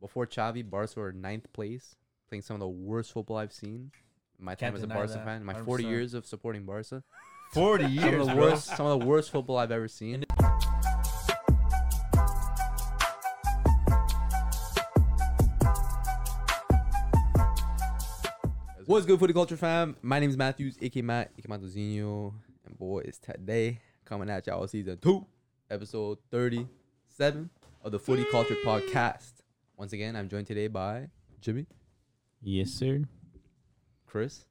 Before Xavi, Barca were ninth place, playing some of the worst football I've seen. in My time Can't as a deny Barca that, fan, in my 40 100%. years of supporting Barca, Forty some years, of the bro. worst, some of the worst football I've ever seen. What's good, footy culture fam? My name is Matthews, aka Matt, aka Mattuzinho, and boy, it's today coming at y'all season two, episode thirty-seven of the Footy Culture Podcast. Once again, I'm joined today by Jimmy, Yes, sir. Chris,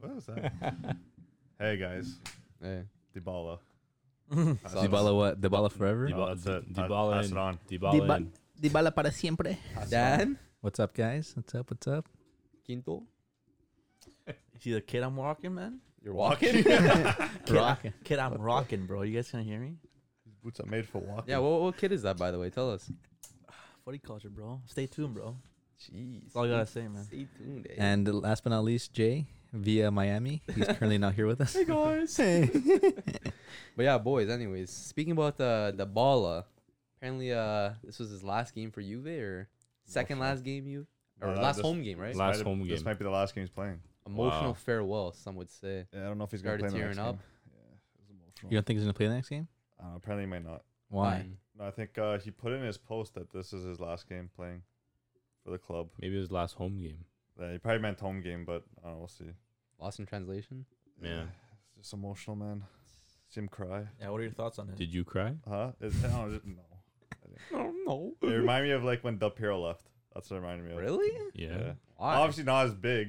What was that? hey guys, eh, Dybala. Dybala what? Dybala forever? Dybala, that's it. Pa- Dybala pass and- it on. Dybala. and- Dybala para siempre. Dan, What's up, guys? What's up? What's up? Quinto, You see the kid I'm rocking, man? you're walking. Kid, kid I'm rocking, bro. You guys gonna hear me? Boots are made for walking. Yeah, what, what kid is that, by the way? Tell us. Footy culture, bro. Stay tuned, bro. Jeez. That's all I gotta say, man. Stay tuned. eh? And last but not least, Jay via Miami. He's currently not here with us. Hey, guys. but yeah, boys. Anyways, speaking about the the baller. Apparently, uh, this was his last game for Juve or second last game you or No, that- last Uh, this- home game, right? This Last might have- home This game. might be the last game he's playing. Emotional Wow. farewell, some would say. Yeah, I don't know if he's Started gonna play in tearing the next up. game. Yeah, You it was emotional. don't think he's gonna play the next game? Uh, apparently, he might not. Why? Um, No, I think uh, he put in his post that this is his last game playing for the club. Maybe his last home game. Uh, he probably meant home game, but I don't know, we'll see. Lost in translation. Yeah. it's just emotional, man. See him cry. Yeah, what are your thoughts on it? Did you cry? Huh? It's, I don't, it- no. Oh no. It reminded me of like when Dub Piero left. That's what it reminded me of. Really? Yeah. Yeah. Why? Obviously not as big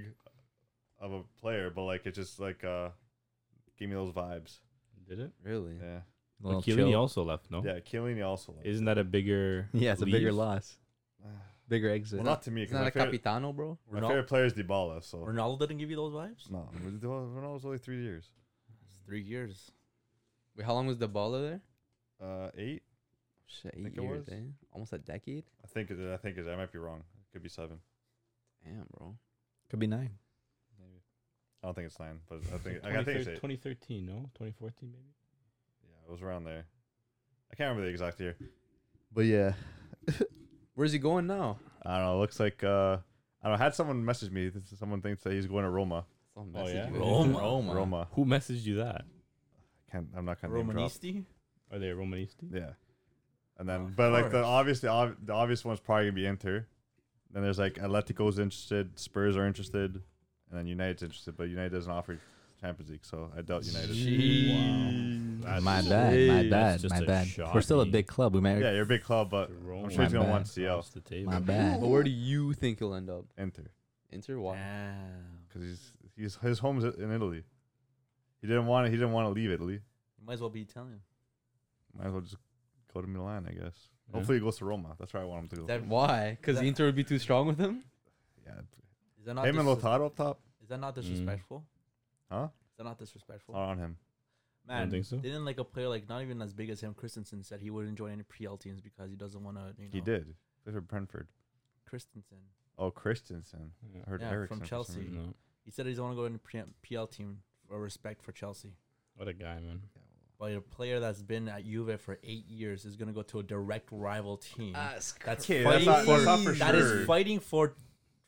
of a player, but like it just like uh gave me those vibes. Did it? Really? Yeah. A Well, little Chiellini chill. also left, Oh. no? Yeah, Chiellini also. Like, Isn't that a bigger Yeah, it's a bigger loss. loss, bigger exit. well, not to me. It's 'cause not my, a favorite, capitano, bro. my Ronaldo, favorite player is Dybala, so Ronaldo didn't give you those vibes? no. Ronaldo's only three years. It's three years. Wait, how long was the baller there? Uh, eight. Shit, Think eight it years, was. eh? Almost a decade. I think. it- I think it- I might be wrong. It could be seven. Damn, bro. Could be nine. Maybe. I don't think it's nine, but I think I think it's eight. 2013, no? 2014, maybe? Yeah, it was around there. I can't remember the exact year. But yeah, Where's he going now? I don't know. It looks like uh, I don't know. I had someone message me. This is- Someone thinks that he's going to Roma. Some Oh, message yeah? with- Roma. Roma. Roma. Who messaged you that? Can't. I'm not gonna name drop. Romanisti? Are they Romanisti? Yeah. And then, Oh, but like the Forest. obvious, the, ob- the obvious one's probably gonna be Inter. Then there's like Atletico's interested, Spurs are interested, and then United's interested. But United doesn't offer Champions League, so I doubt United. That's my just- bad. My that's bad. just My a bad. shock We're still a me. big club. We might. Yeah, you're a big club, but Roma I'm sure he's My gonna bad. want CL across the table. My bad. But where do you think he'll end up? Inter Inter? Why? Damn. because he's he's his home's in Italy. He didn't want to, he didn't want to leave Italy. You might as well be Italian. Might as well just go to Milan, I guess. Yeah. Hopefully he goes to Roma. That's where I want him to go. That- Why? Because That- Inter would be too strong with him. yeah, Is that not, him and dis- Lotado up top, is that not disrespectful? huh? Is that not disrespectful? Not on him. Man, think so. didn't like a player like not even as big as him, Christensen said he wouldn't join any PL teams because he doesn't want to. You know, He did. Played for Brentford. Christensen. Oh, Christensen. Yeah. I heard Yeah, from Ericsson for some Chelsea. reason. No. He said he doesn't want to go to any pre- PL team for respect for Chelsea. What a guy, man. But a player that's been at Juve for eight years is gonna go to a direct rival team. Uh, that's fighting Okay, that's not- for that's not for that is sure. fighting for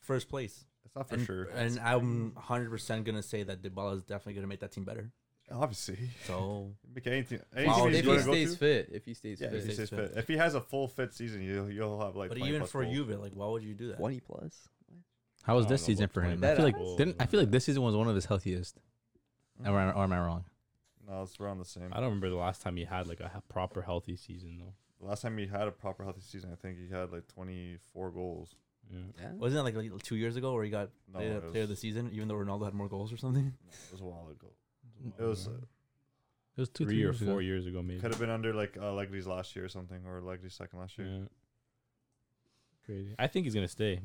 first place. That's not for and, sure. And I'm 100 percent gonna say that Dybala is definitely gonna make that team better. Obviously. So Make anything. Wow, anything if he's he gonna go stays to. fit, if he stays Yeah, fit, if he stays stays fit. fit. If he has a full fit season, you'll, you'll have like. but 20 even plus for goals. Juve, like why would you do that? twenty plus. How was I this don't know season about for him? I 20. feel like That- didn't. I feel like this season was one of his healthiest. Am I- Or am I wrong? No, it's around the same. I don't remember the last time he had like a ha- proper healthy season, though. Last time he had a proper healthy season, I think he had like 24 goals. Yeah. Yeah. Wasn't that like, like two years ago where he got No, player, it was, player of the season, even though Ronaldo had more goals or something? it was a while ago. It Oh, was It was two, three, three or years four ago. years ago, maybe. could have been under like uh, Legley's last year or something, or Legley's second last year. Yeah. Crazy. I think he's gonna stay.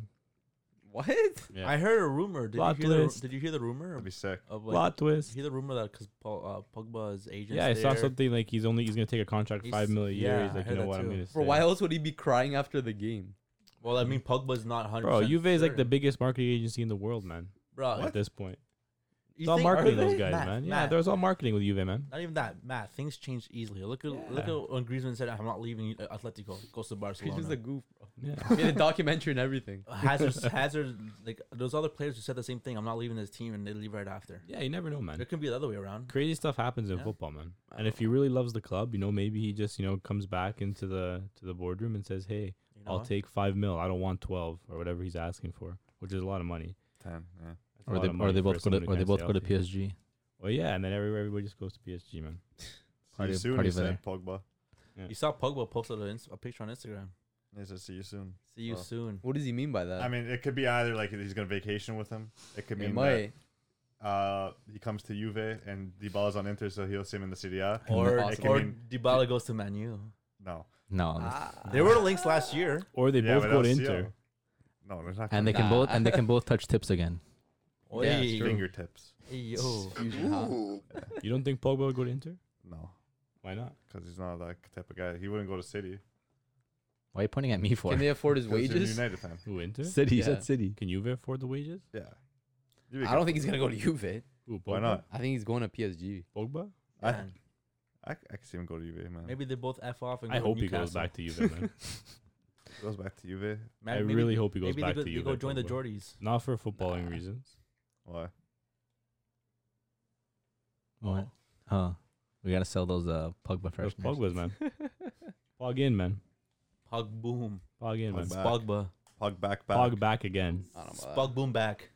What? Yeah. I heard a rumor. Did Plot you, hear the, twist. did you hear the rumor That'd be sick. of like Plot did twist. you hear the rumor that because uh, Pogba's agent? Yeah, I saw something like he's only he's gonna take a contract He's- five million a year. yeah, He's I like, you heard know that what, I'm too. gonna stay. Bro, why else would he be crying after the game? Well, I mean, Pogba's not hundred. Bro, Juve is like the biggest marketing agency in the world, man. bro. At this point, It's all marketing those guys, Matt, man. Yeah, Matt, there was all marketing with Juve, man. Not even that, Matt. Things change easily. Look at look Yeah. at when Griezmann said, "I'm not leaving uh, Atletico. Goes to He's just Barcelona." Uh, a goof, bro. Yeah. Made a documentary and everything. Hazard, Hazard, like those other players who said the same thing. I'm not leaving this team, and they leave right after. yeah, you never know, man. There can be the other way around. Crazy stuff happens in Yeah. football, man. And if he really loves the club, you know, maybe he just, you know, comes back into the to the boardroom and says, "Hey, You I'll Uh-huh. know? take five mil. I don't want twelve or whatever he's asking for, which is a lot of money. Ten. Yeah. That's a Or lot they, of or money they for both go someone to, who or they can't both stay go to healthy. PSG. Well, yeah, and then everywhere everybody just goes to PSG, man. See Party- you soon, party he over said Pogba. You saw Pogba posted a, ins- a picture on Instagram. He said, "See you soon." See you Oh. soon. What does he mean Uh, by that? I mean, it could be either like he's gonna vacation with him. It could it mean that, might. uh, he comes to Juve and Dybala's on Inter, so he'll see him in the Serie A. Or Awesome. It or can Dybala goes to Manu. No, No, that's- Ah. There were links last year. Or they Yeah, both but go to that's- Inter. yeah. No, there's not. and they can Nah. both and they can both touch tips again. Oi, Yeah, it's true. fingertips. Hey, yo. Fusion, huh? You don't think Pogba would go to Inter? No, Why not? because he's not that type of guy. He wouldn't go to City. Why are you pointing at me for? Can they afford his 'cause he's a wages? United fan. Who Inter? City, Yeah. City. Can Juve afford the wages? Yeah. You'd be I don't good. think he's gonna go to Juve. Who, Pogba? Why not? I think he's going to PSG. Pogba? I, Man, I, I can see him go to Juve, man. maybe they both f off and go I to hope he goes Newcastle. back to Juve, man. goes back to Juve. Man, I maybe- really hope he goes maybe they back go, to they Juve. go join the Pogba. Geordies. Not for footballing reasons. Why? What? Huh. We gotta sell those uh Pogba Those freshmen. Pogba's, man. Pog in, man. Pog boom. Pog in, man. Pogba. Back. Pogba. Pog back, back. Pog back again. I don't know. about Pog boom back.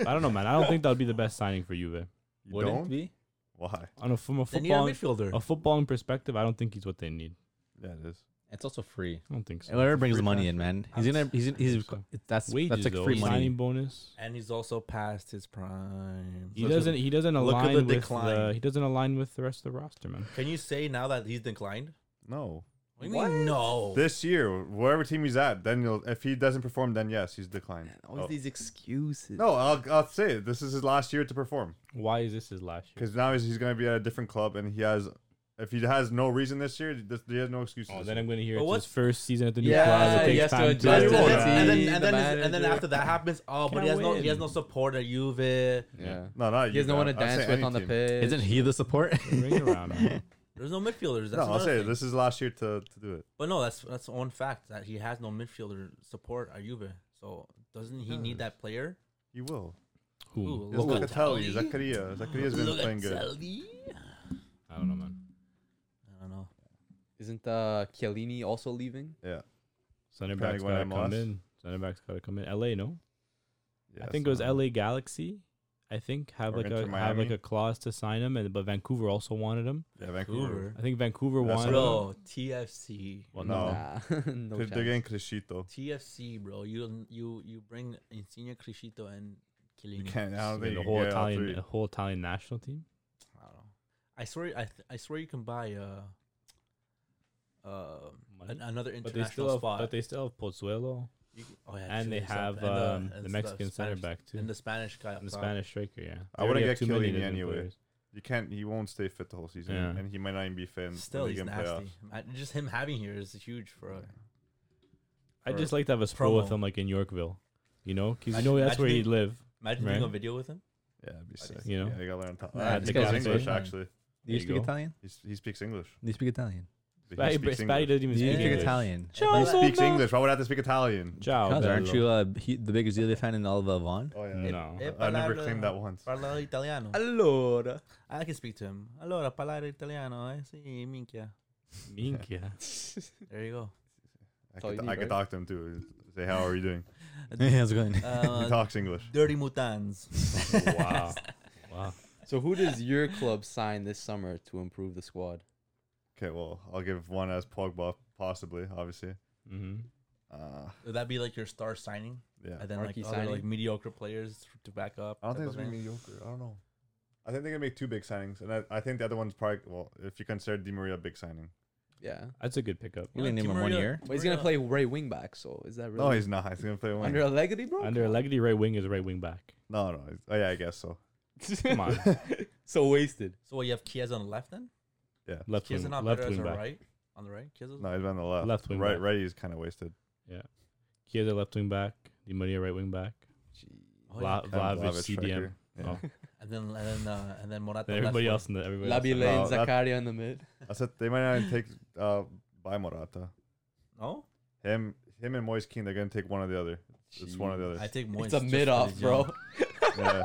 I don't know, man. I don't think that would be the best signing for Juve. You Wouldn't don't? be? Why? On a, from a They need a footballing, midfielder. a footballing perspective, I don't think he's what they need. Yeah, it is. It's also free. I don't think so. Whoever brings free the money in, transfer. man, he's gonna he's he's, think so. that's Wages, that's like though, free money. signing bonus. And he's also past his prime. He So- doesn't. He doesn't look at align the with the. decline. He doesn't align with the rest of the roster, man. Can you say now that he's declined? No. What do you mean? Oh. No. This year, wherever team he's at, then you'll, if he doesn't perform, then yes, he's declined. that. Always Oh. these excuses. No, I'll, I'll say it. This is his last year to perform Why is this his last year? because now he's, he's going to be at a different club, and he has, if he has no reason this year, this, he has no excuse. Oh, this then year. I'm going to hear But it's his what's- first season at the new Yeah, club. It he takes has to time adjust to to adjust. the team. and then the and then, his- and then manager. after that happens, oh, but he has Can't no he has win. no support at Juve. Yeah. no, not He has you, no one to man. I'll say dance with any on the team. pitch. Isn't he the support? Bring it around, man. There's no midfielders. No, That's I'll say another it. thing. This is last year to, to do it. But no, that's that's one fact that he has no midfielder support at Juve. So doesn't he need that player? He will. Who? Ooh, It's Look at Locatelli, Tully. Zakaria. Zakaria's been playing good. Locatelli? I don't know, man. I don't know. Isn't uh, Chiellini also leaving? Yeah. Kinda Center back's going got to MLS. come in. Center back's got to come in. LA, no? Yeah, I think it was so- LA Galaxy. I think have Or like Inter a have like Miami. a clause to sign him, and but Vancouver also wanted him. Yeah, Vancouver. Hoover. I think Vancouver That's wanted him. Bro, TFC. Well, No. Nah, no They're chance. getting Crescito. TFC, bro. You you you bring Insigne, Crescito, and Chiellini. You can't. I don't Yeah, think the you whole can get all Italian, three. the whole Italian national team. I don't know. I swear, I th- I swear you can buy uh, uh, Money? an, another But they still international have, spot. but they still have Pozuelo, You can- oh, yeah, and true, they exactly. have And the- um, and the, the Mexican center Spanish- back too, and and the Spanish guy. up the top. Spanish striker. Yeah, I They already wouldn't have get too many Chiellini different anyway. players. You can't. He won't stay fit the whole season, Yeah. and he might not even be fit. in Still, the league he's and playoff. nasty. Man, just him having here is huge for. Uh, I Or just like to have a stroll with promo. him, like in Yorkville. You know, 'cause Imagine- you know that's where imagine he'd live. imagine Right. doing a video with him. Yeah, it'd be sick. You know? yeah, you gotta learn to Nah, Ah, this he guy's speaks English. insane. Do Actually, you There you speak go. Italian? He, s- he speaks English. Do you speak Italian? But Spatty, he speaks Spatty English. doesn't even Do you speak speak English. Italian? He speaks English. Why would I have to speak Italian? Ciao, Cuz, aren't bello. you uh, he, the biggest Zilli fan in all of Avon? Oh yeah. No. Eh, I parla- never claimed that once. Parla italiano. Ah, Allora. I can speak to him. Allora, parlare italiano, eh? Sì, minchia. Minchia. There you go. I That's all could, you I need, could right? talk to him too. Say, how are you doing? How's it going? he Uh, talks English. dirty mutans. wow. Wow. So who does your club sign this summer to improve the squad? Okay, well, I'll give one as Pogba, possibly, obviously. hmm Uh, Would that be like your star signing? yeah. And then Marquee like other signing. like mediocre players f- to back up. I don't think type it's of gonna be thing? mediocre. I don't know. I think they're gonna make two big signings, and I, I think the other one's probably well, if you consider Di Maria a big signing. Yeah. That's a good pickup. You only Yeah, name him one Timuria- year. But he's gonna Timuria- play right wing back, so is that really No, he's not. He's gonna play one. under Allegri, bro? Under Allegri, right wing is right wing back. no, no. he's- Oh yeah, I guess so. Come on. so wasted. So what, you have Chiesa on the left then? Left wing, Chiesa not left better as wing a back. right? On the right? Chiesa's No, he's been on the left. Left wing right, back. right. He's kind of wasted. Chiesa left wing back. Di Maria right wing back. Gee. Oh, yeah. Vla- Kind of Vlahovic Vlahovic CDM. striker. Yeah. Oh. And and then and then uh, and then Morata. left Everybody for- else in the everybody else. Labile No, and that- Zakaria in the mid. I said they might not even take uh by Morata. No, Him him and Moise Keane, they're gonna take one or the other. It's one or the I other. think Moyes it's a just mid for off, the bro. young. Yeah.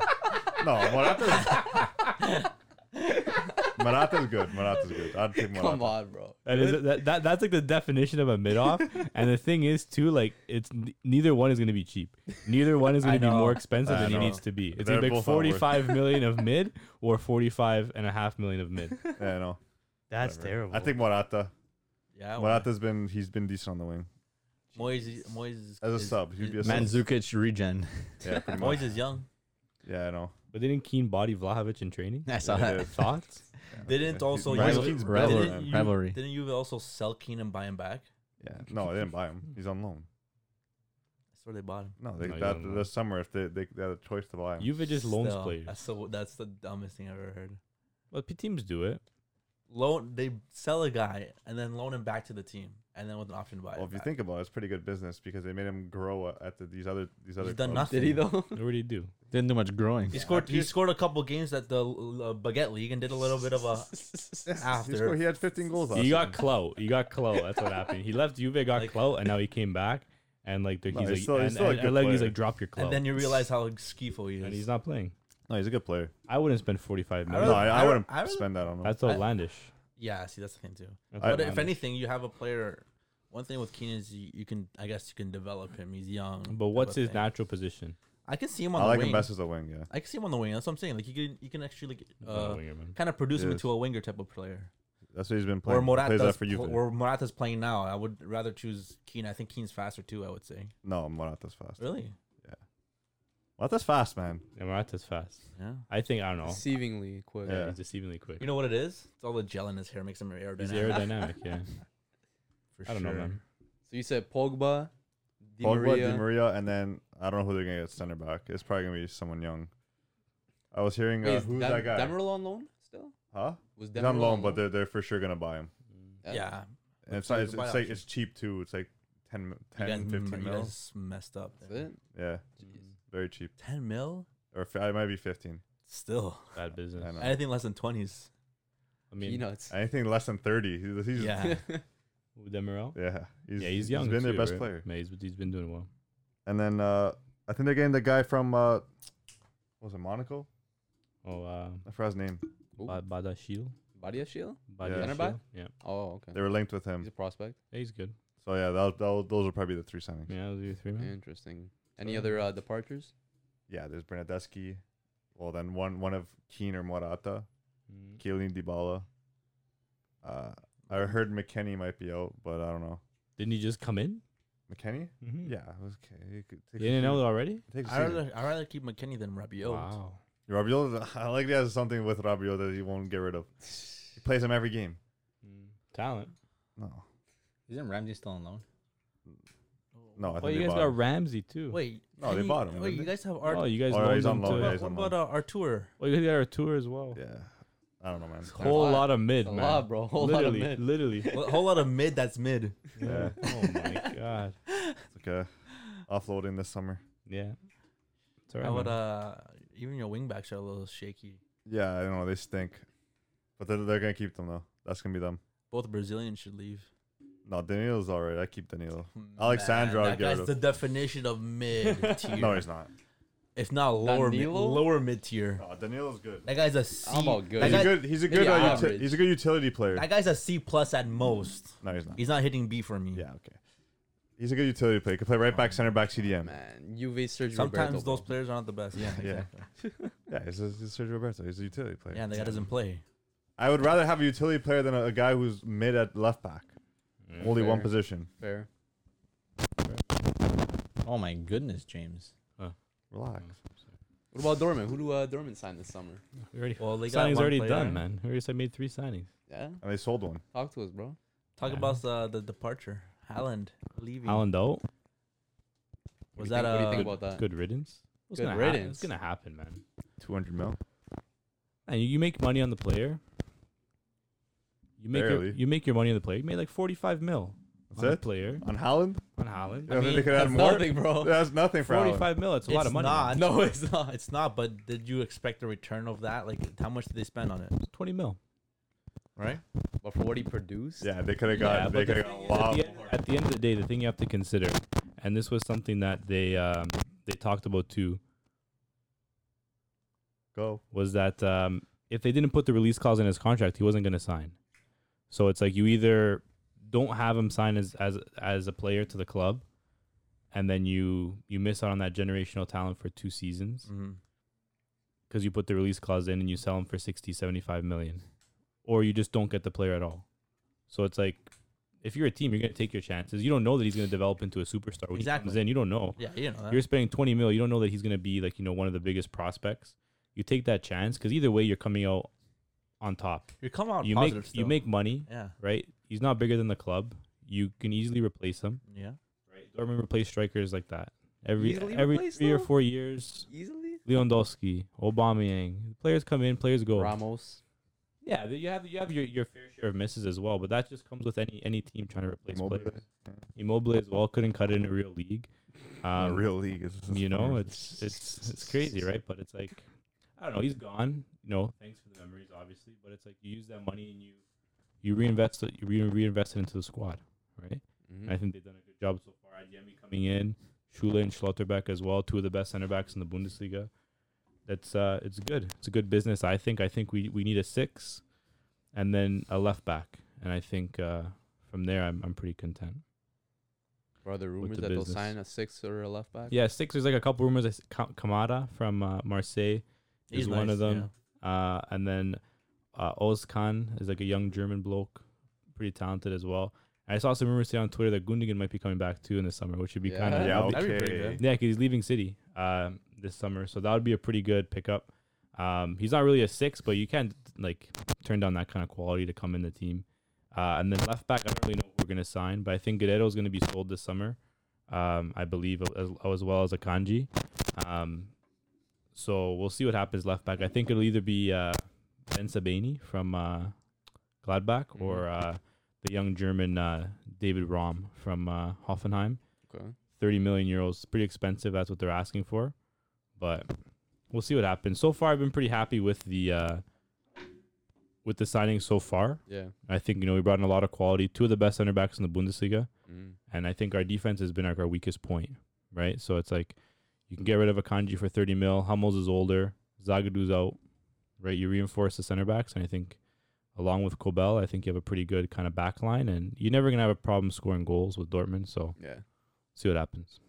No, Morata's Morata's good. Morata's good. I'd take Morata. Come on, bro. That is that, that that's like the definition of a mid off. and the thing is too, like it's n- neither one is going to be cheap. Neither one is I going to be know. more expensive I than he know. needs to be. It's They're going to be like both not worth it. 45 million of mid or 45 and a half million of mid. Yeah, no. That's whatever. terrible. I think Morata. Yeah, well, Morata's been he's been decent on the wing Moyes is- Moyes is, as a is- sub. He'd be a is- sub. Manzukic regen. Yeah, pretty much. Moyes is young. Yeah, I know. But didn't Keen body Vlahovic in training? I saw Yeah, that. it is. Thoughts? Yeah. Didn't Yeah. also Moise Rival- Keane's rival- better Didn't than- you- rivalry. Didn't you also sell Keane and buy him back? Yeah. No, they didn't buy him. He's on loan. That's where they bought him. No, they No, he's that on loan. this summer if they, they they had a choice to buy him. Juve just loans Still, players. That's the that's the dumbest thing I've ever heard. Well, p- teams do it. Loan they sell a guy and then loan him back to the team and then with an option to buy. well, if you think about it, it's pretty good business because they made him grow a- at the, these other these other. done clubs. Did he though? What do you do? Didn't do much growing. he scored he Pierce- scored a couple games at the uh, Baguette League and did a little bit of a He, scored, after. he had 15 goals last You year. got Klo. You got Klo. That's what happened. He left Juve, got Like- Klo, and now he came back. And like they're- No, he's he's like, still- he's and, still a and, good and like, he's player. like, drop your Klo, And then you realize how skifo he is. and he's not playing. No, he's a good player. I wouldn't spend 45 I million. No, I, I, I- wouldn't I really- spend that on him. That's I- outlandish. yeah, see that's the thing too. That's I- But if outlandish. anything, you have a player. One thing with Keenan is you, you can, I guess, you can develop him. He's young. But type what's of his thing. natural position? I can see him on I the like wing. him best as a wing. Yeah, I can see him on the wing. That's what I'm saying. Like you can, you can actually like, He's not a uh, winger, man. kind of produce him Yes. into a winger type of player. that's what he's been Or playing. He plays that Morata's, for you. pl- or Morata's playing now. I would rather choose Keane. I think Keane's faster too. I would say. no, Morata's fast. Really? Morata's fast, man. Yeah, Morata's fast. Yeah. I think I don't know. Deceivingly quick. Yeah, Yeah. he's deceivingly quick. You know what it is? It's all the gel in his hair makes him aerodynamic. he's aerodynamic. Yeah, For I don't know, sure. man. So you said Pogba, Di Pogba, Maria. Di Maria, and then I don't know who they're gonna get center back. It's probably gonna be someone young. I was hearing Wait, uh, is who's Dem- that guy? Demerol on loan still? huh? Was He's on Demerol loan, but they're they're for sure gonna buy him. Yeah. And it's, like it's, a it's buyout like option. it's cheap too. It's like 10, You 10 guys, 15 you mil. guys messed up. That's there. it. Yeah, Jeez. very cheap. Ten mil? Or f- it might be fifteen. Still. Bad business. I know. Anything less than twenties. I mean, Peanuts. Anything less than thirty, he's, he's yeah, Yeah. with Demerol. he's, yeah, he's young. He's been their too, best right? player. Yeah, he's, he's been doing well. And then uh, I think they're getting the guy from uh, what was it Monaco? Oh, uh, I forgot his name. Ooh. Ba- Badashil. Body of Shield? Badashil. Centre-back? Yeah, Oh, okay. They were linked with He's him. a prospect. Yeah, he's good. So yeah, that was, that was, those are probably the three signings. Yeah, Yeah, those are your three man. Interesting. Any other uh, departures? there's Bernadeschi. Well, then one one of Keane or Morata, Mm. Kylian DiBala. Uh, I heard McKenny might be out, but I don't know. Didn't he just come in? McKenny? Mm-hmm. Yeah, okay. You could You take a didn't know season. that already? Take a I season. rather I rather keep McKinney than Rabiot. Wow. Rabiot, I like he has something with Rabiot that he won't get rid of. He plays him every game. Mm. Talent. No, Isn't Ramsey still on loan? no, I think Well, you they guys bought got him. Ramsey too. Wait. No, they you- bought him, Wait, didn't you they? guys have Oh, Artur. you guys Oh, loaned he's on him loan, to- yeah, what, he's what on about uh, Artur? Well, you guys got a tour as well. Yeah, I don't know, man. Whole lot. lot of mid, A man. lot, bro. Whole lot of literally, mid. literally. A whole lot of mid that's mid. Yeah, oh my god. it's okay. Offloading this summer. Yeah. It's I alright. would man. uh even your wingbacks are a little shaky. Yeah, I don't know. They stink, but they're, they're gonna keep them though. That's gonna be them. Both Brazilians should leave. No, Danilo's all right. I keep Danilo. Alexandro, I'd Man, that get rid guy's of. the definition of mid tier. No, he's not. if not lower mid, Danilo? lower mid tier. No, Danilo's good. That guy's a C. How about good? That, He's guy, a good. He's a maybe good. Uh, uti- average. he's a good utility player. that guy's a C plus at most. No, he's not. He's not hitting B for me. Yeah, okay. He's a good utility player. He Could play right back, center back, CDM. Man, Juve Sergio Sometimes Roberto, those bro. players aren't the best. Yeah, Yeah. exactly. Yeah, he's, a, he's Sergio Roberto. He's a utility player. Yeah, and the guy doesn't play. I would rather have a utility player than a, a guy who's mid at left back. Yeah. Only one Fair. position. Fair. Oh my goodness, James. Relax. What about Dorman? Who do uh, Dorman sign this summer? We already Well, they got signing's one already player. done, man. We already made three signings. Yeah, And they sold one. talk to us, bro. Talk Yeah. about uh, the departure. Haaland leaving. Alan What Doe, Was do you that, think- what do you uh, think about that? good riddance. It's Good gonna Happen. riddance. It's gonna happen, man. 200 mil. And you, you make money on the player. You make your, Barely. you make your money on the player. You made like forty five mil. That's on a it? player On Holland? on Holland. You don't mean, think they could That's add more? nothing, bro. That's nothing for Holland. Forty-five mil. It's a lot of money. Not, No, it's not. It's not, but did you expect a return of that? Like, how much did they spend on it? Twenty mil. Right? But for what he produced, Yeah, they could have got. Yeah, they but the could have got a thing lot. is, at the, end, at the end of the day, the thing you have to consider, and this was something that they um, they talked about too, Go. was that um, if they didn't put the release clause in his contract, he wasn't going to sign. So it's like you either don't have him sign as as as a player to the club, and then you you miss out on that generational talent for two seasons Mm-hmm. because you put the release clause in and you sell him for 60 75 million or you just don't get the player at all so it's like if you're a team you're going to take your chances you don't know that he's going to develop into a superstar when he comes Exactly. in you don't know Yeah, you know that. you're spending 20 mil you don't know that he's going to be like you know one of the biggest prospects you take that chance because either way you're coming out on top you come out you make positive. you still. make money Yeah. right he's not bigger than the club you can easily replace him Yeah. Dortmund replace strikers like that every Easily every replace, three or though? four years easily. Lewandowski, Aubameyang. Players come in, players go. Ramos. Yeah, th- you have you have your, your fair share of misses as well, but that just comes with any any team trying to replace Immobile. players. Immobile as well couldn't cut it in a real league. A Um, real league. Is you know, it's it's it's crazy, right? But it's like I don't know. He's gone. You know, thanks for the memories, obviously. But it's like you use that money and you you reinvest it. You re- reinvest it into the squad, right? Hmm. Mm-hmm. And I think they've done a good job so far. Adeyemi E coming in, Schule and Schlotterbeck as well, two of the best center backs in the Bundesliga. That's uh, it's good. It's a good business. I think. I think we, we need a six, and then a left back. And I think uh, from there, I'm I'm pretty content. Bro, the rumors the that business. they'll sign a six or a left back. Yeah, six. There's like a couple rumors. I s- Ka- Kamada from uh, Marseille is one nice, of them. Uh, and then uh, Oz Khan is like a young German bloke, pretty talented as well. I saw some rumors today on Twitter that Gundogan might be coming back too in the summer, which would Uh, be Yeah. kind of Yeah, That'd be pretty okay. good. Yeah, 'cause he's leaving City um, this summer, so that would be a pretty good pickup. Um, he's not really a six, but you can't like turn down that kind of quality to come in the team. Uh, and then left back, I don't really know who we're gonna sign, but I think Guerrero's gonna be sold this summer, um, I believe, as, as well as Akanji. Um, so we'll see what happens left back. I think it'll either be uh, Ben Sabani from uh, Gladbach or uh, the young German uh, David Rom from uh, Hoffenheim. Okay. 30 million euros. Pretty expensive. That's what they're asking for. But we'll see what happens. So far, I've been pretty happy with the uh, with the signing so far. Yeah. I think you know we brought in a lot of quality. Two of the best center backs in the Bundesliga, Mm. and I think our defense has been like our weakest point. Right, so it's like you can get rid of a kanji for 30 mil. Hummels is older. Zagadu's out. Right, you reinforce the center backs, and I think along with Kobel, I think you have a pretty good kind of back line, and you're never gonna have a problem scoring goals with Dortmund. So Yeah. see what happens.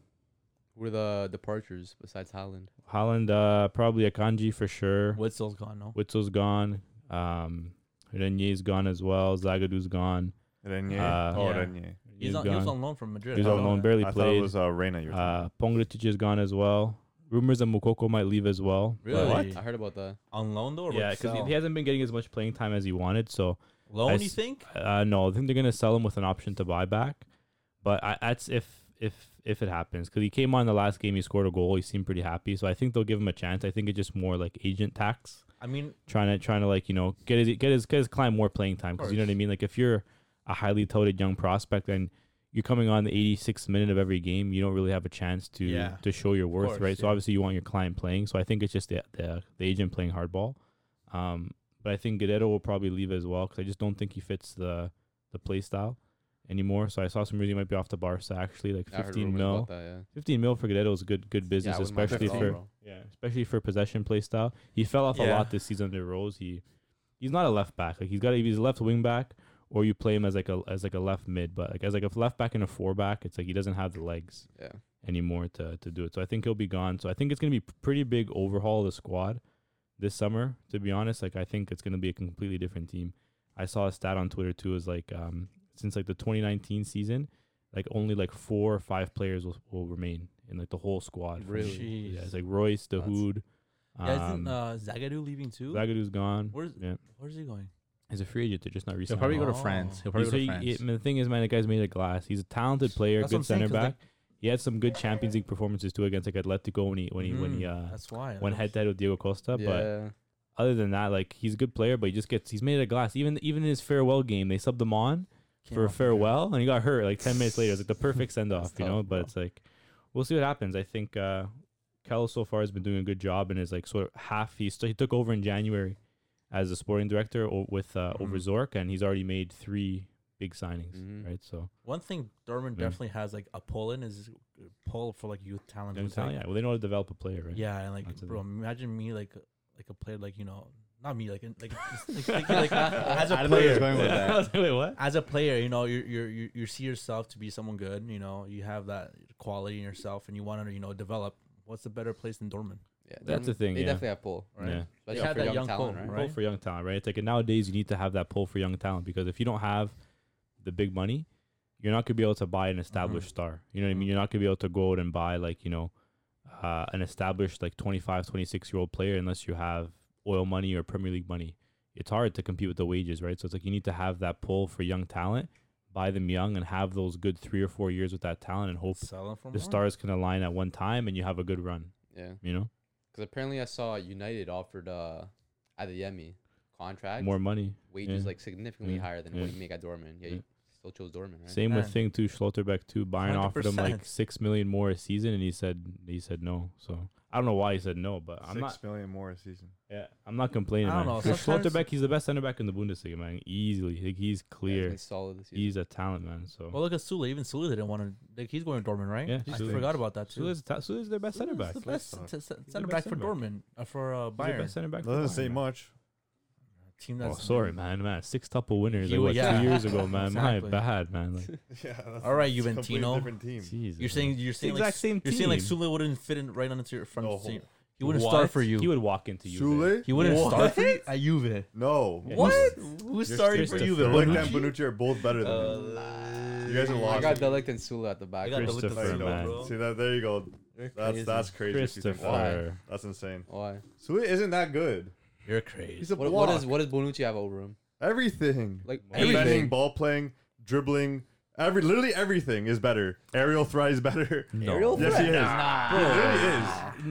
Who are the departures besides Holland? Holland, uh, probably Akanji for sure. Witzel's gone, no? Witzel's gone. Um, Renier's gone as well. Zagadu's gone. Renier. Uh, oh, Yeah. Renier. He's Renier's on, he was on loan from Madrid. He was I on know loan, that. barely I thought it played. was uh, Reina. You were talking Uh, Pongratic is gone as well. Rumors that Mukoko might leave as well. but- Really? I heard about that. On loan, though? Or Yeah, with because sell? he, he hasn't been getting as much playing time as he wanted. So, I Loan, you s- think? uh, no, I think they're gonna sell him with an option to buy back. But I, that's if if if it happens, because he came on the last game, he scored a goal. He seemed pretty happy, so I think they'll give him a chance. I think it's just more like agent tax. I mean, trying to trying to like you know get his get his get his client more playing time because you know what I mean. Like if you're a highly touted young prospect and you're coming on the 86th minute of every game, you don't really have a chance to Yeah. to show your worth, course, right? So yeah. obviously you want your client playing. So I think it's just the the, the agent playing hardball. Um, but I think Guerrero will probably leave as well because I just don't think he fits the the play style anymore. So I saw some rumors he might be off the Barca actually, like I heard 15 rumors mil. about that. Yeah. 15 mil for Guerrero is good good business, yeah, I wouldn't mind especially that at all, for bro. yeah, especially for possession play style. He fell off a Yeah. lot this season under Rose. He he's not a left back. Like he's got to he's a left wing back or you play him as like a as like a left mid, but like as like a left back and a four back, it's like he doesn't have the legs Yeah. anymore to to do it. So I think he'll be gone. So I think it's going to be pretty big overhaul of the squad this summer, to be honest. Like I think it's going to be a completely different team. I saw a stat on Twitter too is like um since like the 2019 season, like only like four or five players will, will remain in like the whole squad. from- Really? yeah, Jeez. it's like Royce, That's- Dahoud. Yeah, Um, isn't uh, Zagadou leaving too? Zagadou's gone. Where's yeah. where's he going? He's a free agent. They're just not He'll recent. probably go to Oh. France. He'll so probably he- go to France. he- the thing is, man, the guy's made of glass. He's a talented player, That's what I'm good saying, center 'cause back. He had some good Champions League performances too against like Atletico when he when he when Mm, he uh, That's why. went head to head with Diego Costa. But yeah. other than that, like he's a good player, but he just gets he's made of glass. Even even in his farewell game, they subbed him on Came for a off the field. farewell, and he got hurt like ten minutes later. It's like the perfect send off, That's you tough, know. But bro. it's like we'll see what happens. I think uh, Kello so far has been doing a good job, and is like sort of half. He st- he took over in January as the sporting director o- with uh, over Zork, and he's already made three big signings, Mhm. right? So One thing Dorman Mm. definitely has like a pull in is a pull for like youth talent. Then who's, it's not- like- yeah, well, they know how to develop a player, right? Yeah, and like, That's the bro, thing. imagine me like, like a player, like you know, not me, like, in- like, just, like, thinking, like as a I don't know where he's player, going with that. I was like, Wait, what? as a player, you know, you you you you see yourself to be someone good. You know, you have that quality in yourself, and you want to, you know, develop. What's a better place than Dorman? Yeah, That's the Dortmund- thing, They yeah. definitely have pull. Right? Yeah. Especially had for that young, young talent, pull, right? right? pull for young talent, right? It's like nowadays you need to have that pull for young talent because if you don't have the big money, you're not gonna be able to Mm-hmm. buy an established star. You know what I mean? You're not gonna be able to go out and buy like you know uh, an established like 25, 26 year old player unless you have oil money or Premier League money. It's hard to compete with the wages, right? So it's like you need to have that pull for young talent, buy them young, and have those good three or four years with that talent, and hope Selling for the more? stars can align at one time and you have a good run. Yeah. You know, Because apparently I saw United offered uh, Adeyemi contract. more money. wages yeah, like significantly yeah, higher than yeah. what you make at Dorman. Yeah, Yeah. you still chose Dorman, right? Same with Man. thing too. Schlotterbeck too. Bayern offered him like 100%. six million more a season, and he said he said no. So I don't know why he said no, but Six I'm not. million more a season. Yeah, I'm not complaining. I don't man. know, For sometimes- Schlotterbeck, he's the best center back in the Bundesliga, man. Easily, like, he's Yeah, he's clear. been solid this season. he's a talent, man. So Well, look at Sula. Even Sula didn't want to. Like, he's going to Dorman, right? Yeah, I Sula. forgot about that too. Sula's, a ta- Sula's their best center back. Sula's the Sula's best solid. cen- cen- the center best back for center back. Dorman uh, for uh, He's their Bayern. best center back. for Doesn't Bayern, say man. much. Team Oh, that's sorry, man. Man, six tuple winners He like, wa- what, yeah. two years ago, man. Exactly. My bad, man. Like, Yeah. That's All right, it's a completely Juventino. Different team. Jesus, You're saying you're saying exact like, same You're saying like team. Sula wouldn't fit in right onto your front No. team. He wouldn't start for you. He would walk into you. He wouldn't What? start for you at Juve. No. Yeah, What? he's- Who's You're starting just for a Juve? third Like Bonucci? that, Bonucci are both better than him. You guys are I lost. got Delict and Sula at the I back. got the Christopher, Lucas Silva, man. bro. See that? There you go. That's that's crazy. if you think about it. Christopher. That's insane. Why? Sui isn't that good. You're crazy. He's a What, block. what does what does Bonucci have over him? everything. Like Defending, everything. ball playing, dribbling, every literally everything is better. Aerial threat is better. No. Yes, he is. He really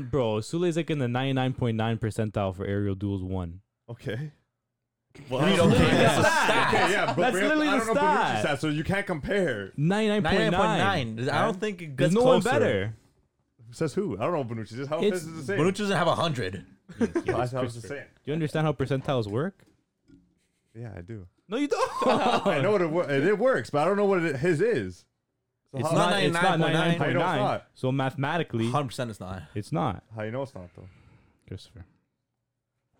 is. Bro, Sule's like in the 99.9 percentile for aerial duels won. Okay. We don't care. that's That's a stat. Okay, yeah, but That's we have- literally I the don't know Bonucci's stat. stats, so you can't compare. 99.9. 99.9. I don't think it There's gets no closer. one better. Says who? I don't know Bonucci. Just how It's- is the same? Bonucci doesn't have 100. Yeah, that's how it's the same. Do you understand how percentiles work? Yeah, I do. No, you don't. I know what it, wo- it, it works, but I don't know what it, his is. So It's how, not, it's not 99.9. 99.9. I know it's not. So mathematically, 100% it's not. it's not. How you know it's not though? Christopher.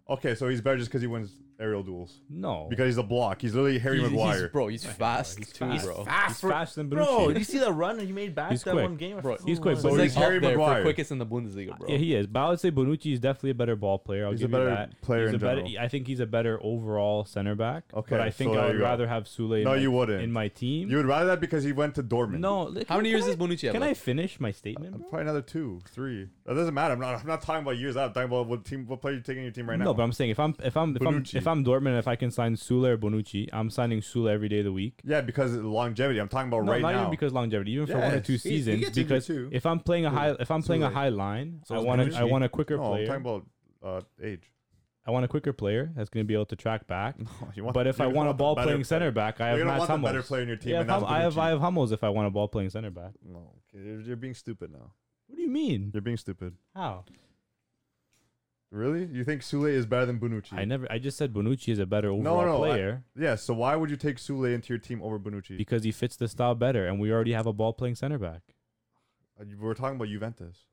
Okay, so he's better just because he wins aerial duels No. because he's a block. He's literally Harry He's, he's, Maguire. bro, he's fast too, fast. bro. he's faster than Bro, Bonucci. did you see that run he made back He's that quick. one game? I Bro, forgot he's who quick, it was. but He's he's like Harry up there for Maguire. quickest in the Bundesliga, bro. yeah, he is. But I would say Bonucci is definitely a better ball player. I'll He's a give better you that. player he's in a better, general. I think he's a better overall center back. Okay, but I so think I there would you go. rather have Sule. in No, my- you wouldn't. In my team. You would rather that because he went to Dortmund. no. look, How many can years does I- Bonucci have? Can I left? finish my statement? bro? Uh, Probably another two, three. That doesn't matter. I'm not. I'm not talking about years out. I'm talking about what team, what player you're taking in your team right now. No, but I'm saying if I'm if I'm if Bonucci. I'm if I'm Dortmund, if I can sign Sula or Bonucci, I'm signing Sula every day of the week. yeah, because of longevity. I'm talking about No, right not now. even because longevity, even for one or Yes. two He- he seasons. gets injured because too. if I'm playing a high, if I'm playing a Sula. high line, So I is want a, I Bonucci. want a quicker no, Oh, I'm player. talking about uh, age. I want a quicker player that's going to be able to track back. You But if I you want a the ball better playing player. center back, You're I have gonna Mats want the better Hummels. player in your team, Yeah, and if that's I'm- I have Bonucci. I have Hummels if I want a ball playing center back. No, okay, you're, you're being stupid now. What do you mean? You're being stupid. How? Really? You think Sule is better than Bonucci? I never. I just said Bonucci is a better overall no, I- player Yeah. So why would you take Sule into your team over Bonucci? because he fits the style better, and we already have a ball playing center back. Uh, you- We're talking about Juventus.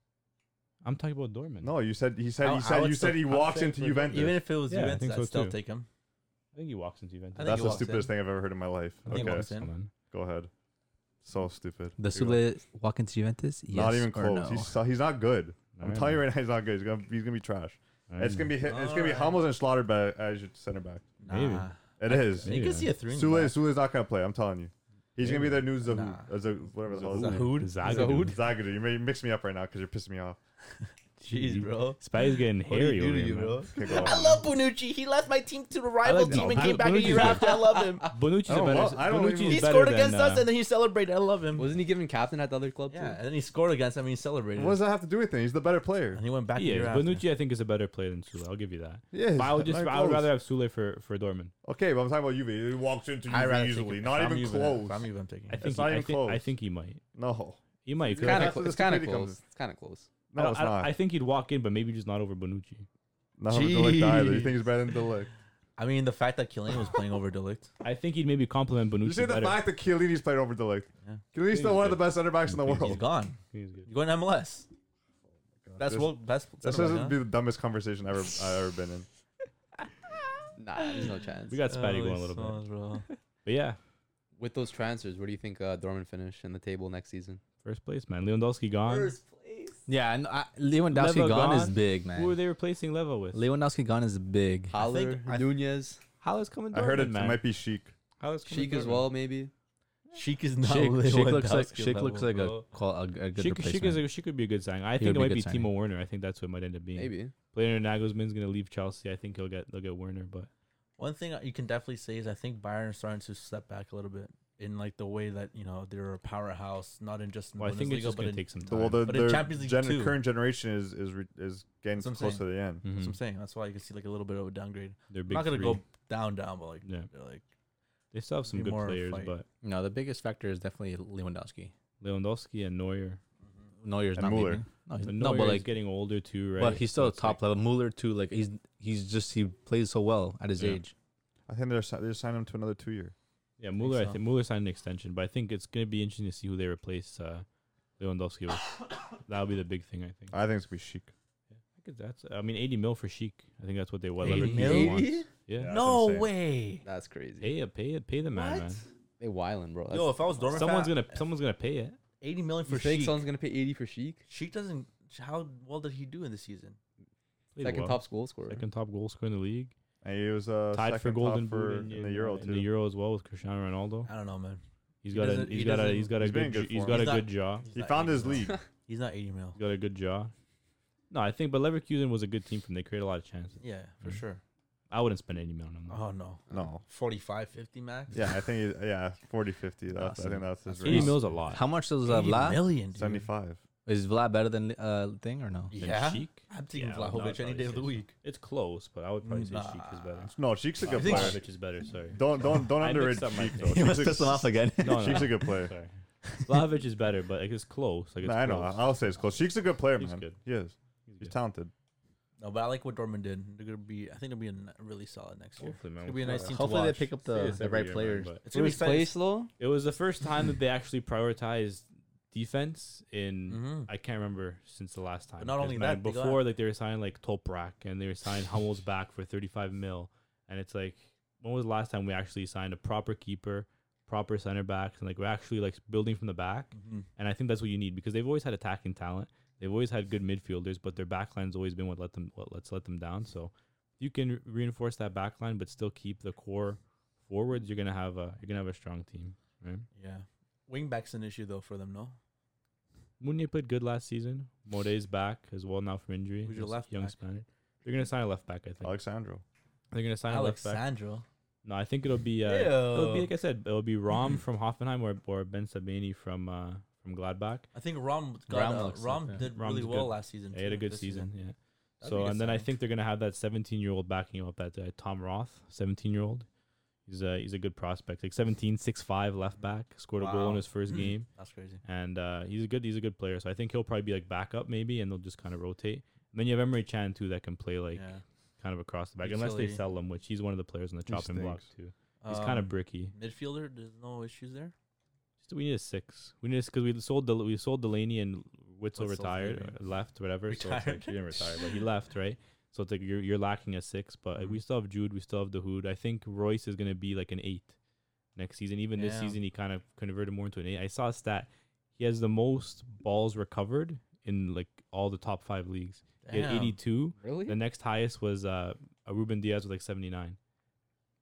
I'm talking about Dortmund. No, you said he said I- he I said would you still- said he I'm walks saying into for- Juventus. Even if it was Yeah, I Juventus, think I'd so still too. take him. I think he walks into Juventus. I think That's he the walks stupidest in. thing I've ever heard in my life. I think he Okay, walks in. go ahead. So stupid. Does Here you go. Sule walk into Juventus? Yes not even or close. no? He's so- he's not good. I'm Alright, telling you right now, he's not good. He's gonna he's gonna be trash. It's gonna be hit, it's gonna be Alright. Hummels and Slaughter back as your center back. Maybe. Nah. It is. Maybe. You can see a three. in the Sule back. Sule's not gonna play. I'm telling you, he's gonna be their new Zahu, Nah. uh, Zah- whatever the hell. his Zahoud? name is. Zagadou. Zahoud? Zagadou. You may mix me up right now because you're pissing me off. Jeez, bro. Spaghetti's getting What do hairy you do over to here, you, man. bro? Kick off. I love Bonucci. He left my team to the rival like team that. and came back a Bonucci's year good. after. I love him. Bonucci's I a don't better. know. I don't Bonucci's even- he better scored than, against uh, us and then he celebrated. I love him. Wasn't he giving captain at the other club Yeah, too? and then he scored against him and he celebrated. What does that have to do with anything? He's the better player. and he went back He a is. year after. Bonucci, I think, is a better player than Sule. I'll give you that. Yeah, But I would just, I would rather have Sule for for Dortmand. Okay, but I'm talking about Juve. He walks into I'd rather Juve take easily, him. not If even I'm close. If I'm even picking. I him. think. not he, even I, think I close. think he might. no, He might. It's because kinda I- Kind of close. It's that's where the kind of stupidity comes close. It's kind of close. I no, don't- it's I don't- not. I think he'd walk in, but maybe just not over Bonucci. not over Delict either. You Jeez. think he's better than Delict? I mean, the fact that Killian was playing over Delict. I think he'd maybe compliment Bonucci You say the better. fact that Chiellini's played over Delict. Yeah. Chiellini's still He's one of the best center backs in the He's He's world. gone. He's good. You're going to MLS. That's This- world best. This center back, has to huh? be the dumbest conversation ever I've ever been in. Nah, there's no chance. We got Spatty Holy going a little bit. smokes, Oh, bro. But yeah, With those transfers, where do you think uh, Dorman finish in the table next season? first place, man. Lewandowski gone. place. Yeah, and I, Lewandowski Level gone, is gone. big, Who are man. they replacing Levo with? Lewandowski gone is big. Haller, I- Nunez, Howler's coming. I heard Dortmund, it, man. might be chic. Howler's coming Sheik as Dortmund. well, maybe. Sheik is not. Sheik, Lewandowski Sheik looks like Sheik level, looks like a, bro. qual, a, a good She, could- she, could, replacement. she could be a good sign. I He think it would might be a be good signing. Timo Werner. I think that's what it might end up being. Maybe. Later, Nagelsmann's gonna leave Chelsea. I think he'll get they'll get Werner, but One thing you can definitely say is I think Bayern is starting to step back a little bit in like the way that you know they're a powerhouse, not in just in well, I think Bundesliga, it's just but gonna in, take some The, time. well, the, But in their Champions League gen- too. current generation is is re- is getting That's what I'm close to the end. Mhm. Mm-hmm. That's what I'm saying. That's why you can see like a little bit of a downgrade. They're I'm big not gonna three. go down down, but like Yeah, they're like they still have some be good more of a players, fight. but no, the biggest factor is definitely Lewandowski. Lewandowski and Neuer. Neuer's And not Müller. leaving. No, he's, But no, Neuer but is like, getting older too, right? but he's still So a it's top like- level. Muller too. Like he's he's just he plays so well at his Yeah. age. I think they're si- they're signing him to another two year. Yeah, Muller. I so. think Muller signed an extension, but I think it's gonna be interesting to see who they replace uh, Lewandowski with. That'll be the big thing, I think. I I think it's gonna be chic. think that's. I mean, eighty mil for Sheik. I think that's what they want. 80 Leverkusen mil? wants. Yeah. Yeah. no insane. way. That's crazy. Pay it, pay it, pay the man, man. They wildin', bro. Yo, That's- if I was Dortmund, Someone's fan, gonna, someone's gonna pay it. eighty million you for think Sheik. someone's gonna pay eighty for Sheik? Sheik doesn't. How well did he do in the season? Played Second well. top goal scorer. second top goal scorer in the league. And he was uh, tied for second golden top for boot in, the Euro too. In the Euro as well with Cristiano Ronaldo. I don't know, man. He's He got a doesn't- he's he got a doesn't- he's got a He's been good in j- good he's form. got a He's good not- jaw. He's he not found 80 his mil. league. He's not eighty mil. He's got a good jaw. No, I think, but Leverkusen was a good team for them. They created a lot of chances. Yeah, for Mhm. sure. I wouldn't spend any million on them. Oh Mm-hmm. no, no. 45, 50 max. Yeah, I think he, yeah, 40, 50. That's, I Awesome. think that's his Eighty range. mil is a lot. How much does uh, 80 Vlad? million, dude. Seventy five. Is Vlad better than uh thing or no? And Yeah, Sheik? I'm taking Yeah, I would not Vlahovic any probably day of the say so. week. It's close, but I would probably say Sheik is better. No, Sheik's a Uh, good think player. Sheik- Vlahovic is better. Sorry. Don't don't don't I underrate mixed up my Sheik thing. though. Sheik's a- again. No, no, Sheik's a good player. sorry. Vlahovic is better, but like, it's close. Like it's No, I know. close. I'll say it's close. Sheik's a good player, He's man. good. He is. He's He's good. talented. No, but I like what Dortmund did. They're gonna be. I think they'll be a n- really solid next year. Hopefully, man. It's gonna be a we'll nice try team that. to uh, Hopefully they watch. pick up Say the, this the every right year, man, players. but- It's Who gonna be was exciting. placed low? It was the first time that they actually prioritized defense in Mhm. I can't remember since the last time. But not because, only that, they got- before like they were signing like Toprak and they were signing Hummels back for 35 mil, and it's like when was the last time we actually signed a proper keeper, proper center backs, and like we're actually like building from the back, Mhm. and I think that's what you need because they've always had attacking talent, they've always had good midfielders, but their back line's always been what let them what let's let them down. So if you can reinforce that back line but still keep the core forwards, you're gonna have a you're gonna have a strong team, right? Yeah, wingback's an issue though for them. No, Munya played good last season. More's back as well now from injury. Who's your This left young back? Oh. Spaniard. They're gonna sign a left back, I think. Alexandro. They're gonna sign a left back. Alexandro. No, I think it'll be uh, it'll be Ew. like I said, it'll be Rom from Hoffenheim or, or Ben Sabini from uh, from Gladbach. I think Rom got Rom uh, looks Rom like, yeah. did Rom's really well good. last season. They had too, a good this season, yeah. That'd be so a good and then I sign. think they're gonna have that 17 year old backing up that uh, Tom Roth, 17 year old. He's a he's a good prospect. Like 17, 6'5", left back. Scored a goal Wow. in his first game. That's crazy. and uh, he's a good he's a good player. So I think he'll probably be like backup maybe, and they'll just kind of rotate. And then you have Emery Chan too that can play like yeah. kind of across the back, unless they Utility. sell him, which he's one of the players on the He chopping block stinks. too. He's kind of Um, bricky. midfielder. There's no issues there. Just, we need a six. We need because we sold Del- we sold Delaney and Witzel Witzel's retired, leaving. or left whatever. So it's like Retired. he didn't retire, but he left right. So it's like you're you're lacking a six, but Mhm. we still have Jude, we still have the Hood. I think Royce is gonna be like an eight next season. Even this Yeah. season, he kind of converted more into an eight. I saw a stat. He has the most balls recovered in like all the top five leagues. He had Damn. 82. Really? The next highest was uh, a Ruben Diaz with like 79.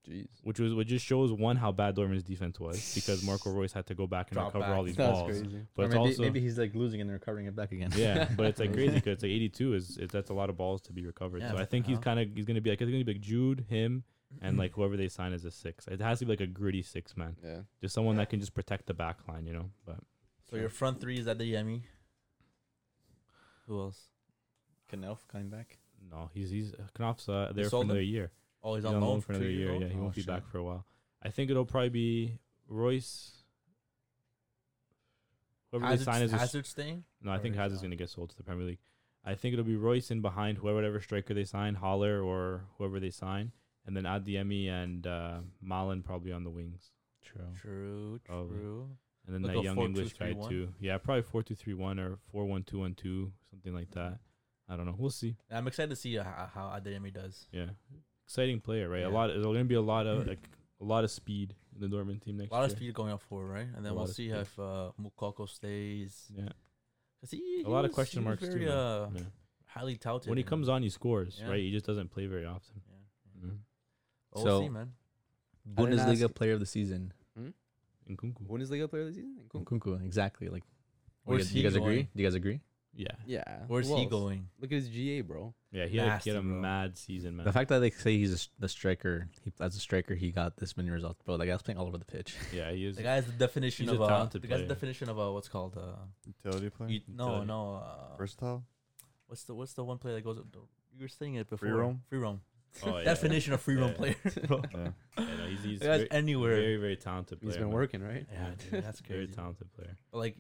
Jeez. which was which just shows one how bad Dortmund's defense was because Marco Royce had to go back and Drop recover all backs. these That's balls. crazy. But Or it's maybe, also maybe he's like losing and then recovering it back again. yeah, but it's like crazy because it's like 82 is, is that's a lot of balls to be recovered. Yeah, so I what think the he's hell? kind of he's gonna be like it's gonna be like Jude, him, and Mm. like whoever they sign as a six. It has to be like a gritty six man, Yeah. just someone that can just protect the back line, you know. But So your front three is at the Yemi. Who else? Knelf coming back. no, he's he's Knopf's uh, there for sold him? another year. Oh, he's He's on loan, for another two years year. old? Yeah, he Oh, won't be shit. back for a while. I think it'll probably be Royce. Whoever they Hazard, sign as a s- Hazard staying. No, I Or think is Hazard's that- going to get sold to the Premier League. I think it'll be Royce in behind whoever, whatever striker they sign, Holler or whoever they sign, and then Adiemi and uh, Malin probably on the wings. True. True, Oh. Probably. true. And then Like that a young 4-2-3-1? English guy too. Yeah, probably four two three one or four one two one two, something like that. I don't know. We'll see. I'm excited to see how, how Adeyemi does. Yeah, exciting player, right? Yeah. A lot. There's going to be a lot of like a lot of speed in the Dortmund team next A lot year. of speed going up forward, right? And A then lot we'll of see speed. if uh, Mukoko stays. Yeah, 'Cause he- he a lot was- of question he was marks too. very, man. uh, Yeah. Highly touted. When he and- comes on, he scores, Yeah. Mm-hmm. right? He just doesn't play very often. Yeah. mm But we'll So- see, man. didn't ask Bundesliga you- player of the season. Nkunku. Bundesliga player of the season? Nkunku. Nkunku, exactly. Like, what do you Where's guys, do you he guys agree? going? Do you guys agree? Yeah, Yeah. Where's Who he else? going? Look at his GA, bro. Yeah, he had, a- he Nasty, had a bro. mad season, man. The fact that they say he's a, s- the striker, he, as a striker, he got this many results, bro. Like, I was playing all over the pitch. yeah, he is. The guy's the definition He's a of a. talented The guy's the player. definition of a what's called uh Utility player. you- no Utility. no uh, Versatile. what's the what's the one player that goes up the, you were saying it before roam? free roam Oh, yeah. definition of free roam Yeah. player bro. Yeah. Yeah, no, he's he's The guy's very, anywhere very very talented player. He's been man. working, right? yeah dude, that's Very crazy talented player. But, like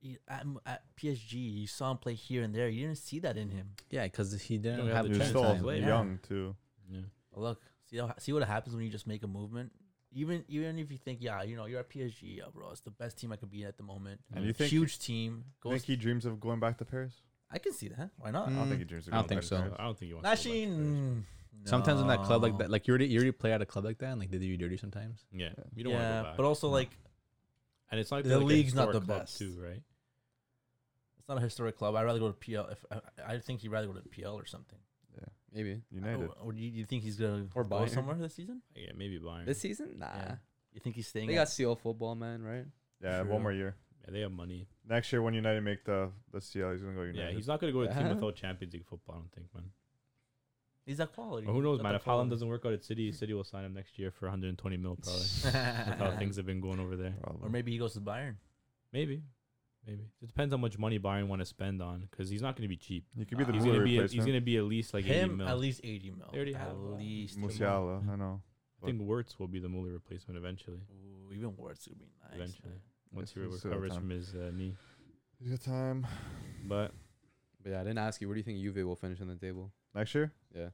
he, at, M- at PSG you saw him play here and there you didn't see that in him Yeah, because he don't didn't have have the the He was chance chance. to still play. young too. Yeah, But look see how, see what happens when you just make a movement even even if you think yeah you know you're at PSG yeah bro it's the best team I could be at the moment And you think huge team goes think he dreams of going back to Paris? I can see that why not I don't Mm, think he dreams of I going don't think back so. to Paris. I don't think he wants. to go Actually, back to Paris. mm, Sometimes in that club like no. that, like you already, you already play at a club like that, and like they do you dirty sometimes. yeah, you don't mm, yeah, want to go back. but also No. like and it's like the they're, like, a league's not historic the club best. too, right? it's not a historic club. I'd rather go to PL. If uh, I, I think he'd rather go to PL or something. Yeah. Maybe. United. Oh, Or, or do you, you think he's gonna Or go Bayern. somewhere this season? Yeah, maybe Bayern. This season? Ah. Nah. Yeah. You think he's staying? They at- got CL football, man, right? Yeah, True. one more year. yeah, they have money. Next year when United make the the CL, he's gonna go United. Yeah, he's not gonna go to a team Uh-huh. without Champions League football. I don't think, man. he's that quality. Or who knows, Got man? the If Holland quality. doesn't work out at City, City will sign him next year for 120 mil, probably. That's how things have been going over there. Probably. or maybe he goes to Bayern. Maybe, maybe it depends how much money Bayern want to spend on because he's not gonna be cheap. he could be the uh, He's Muller gonna be replacement. he's gonna be at least like 80 Him mil. at least eighty mil. They already at have, uh, least Musiala. I know. I think Wirtz will be the Muller replacement eventually. Ooh, even Ward's would be nice. man. Eventually. Once he Yes, it's still recovers time. from his uh, knee. He's got time. But But yeah, I didn't ask you. Where do you think Juve will finish on the table? Next year? Yeah.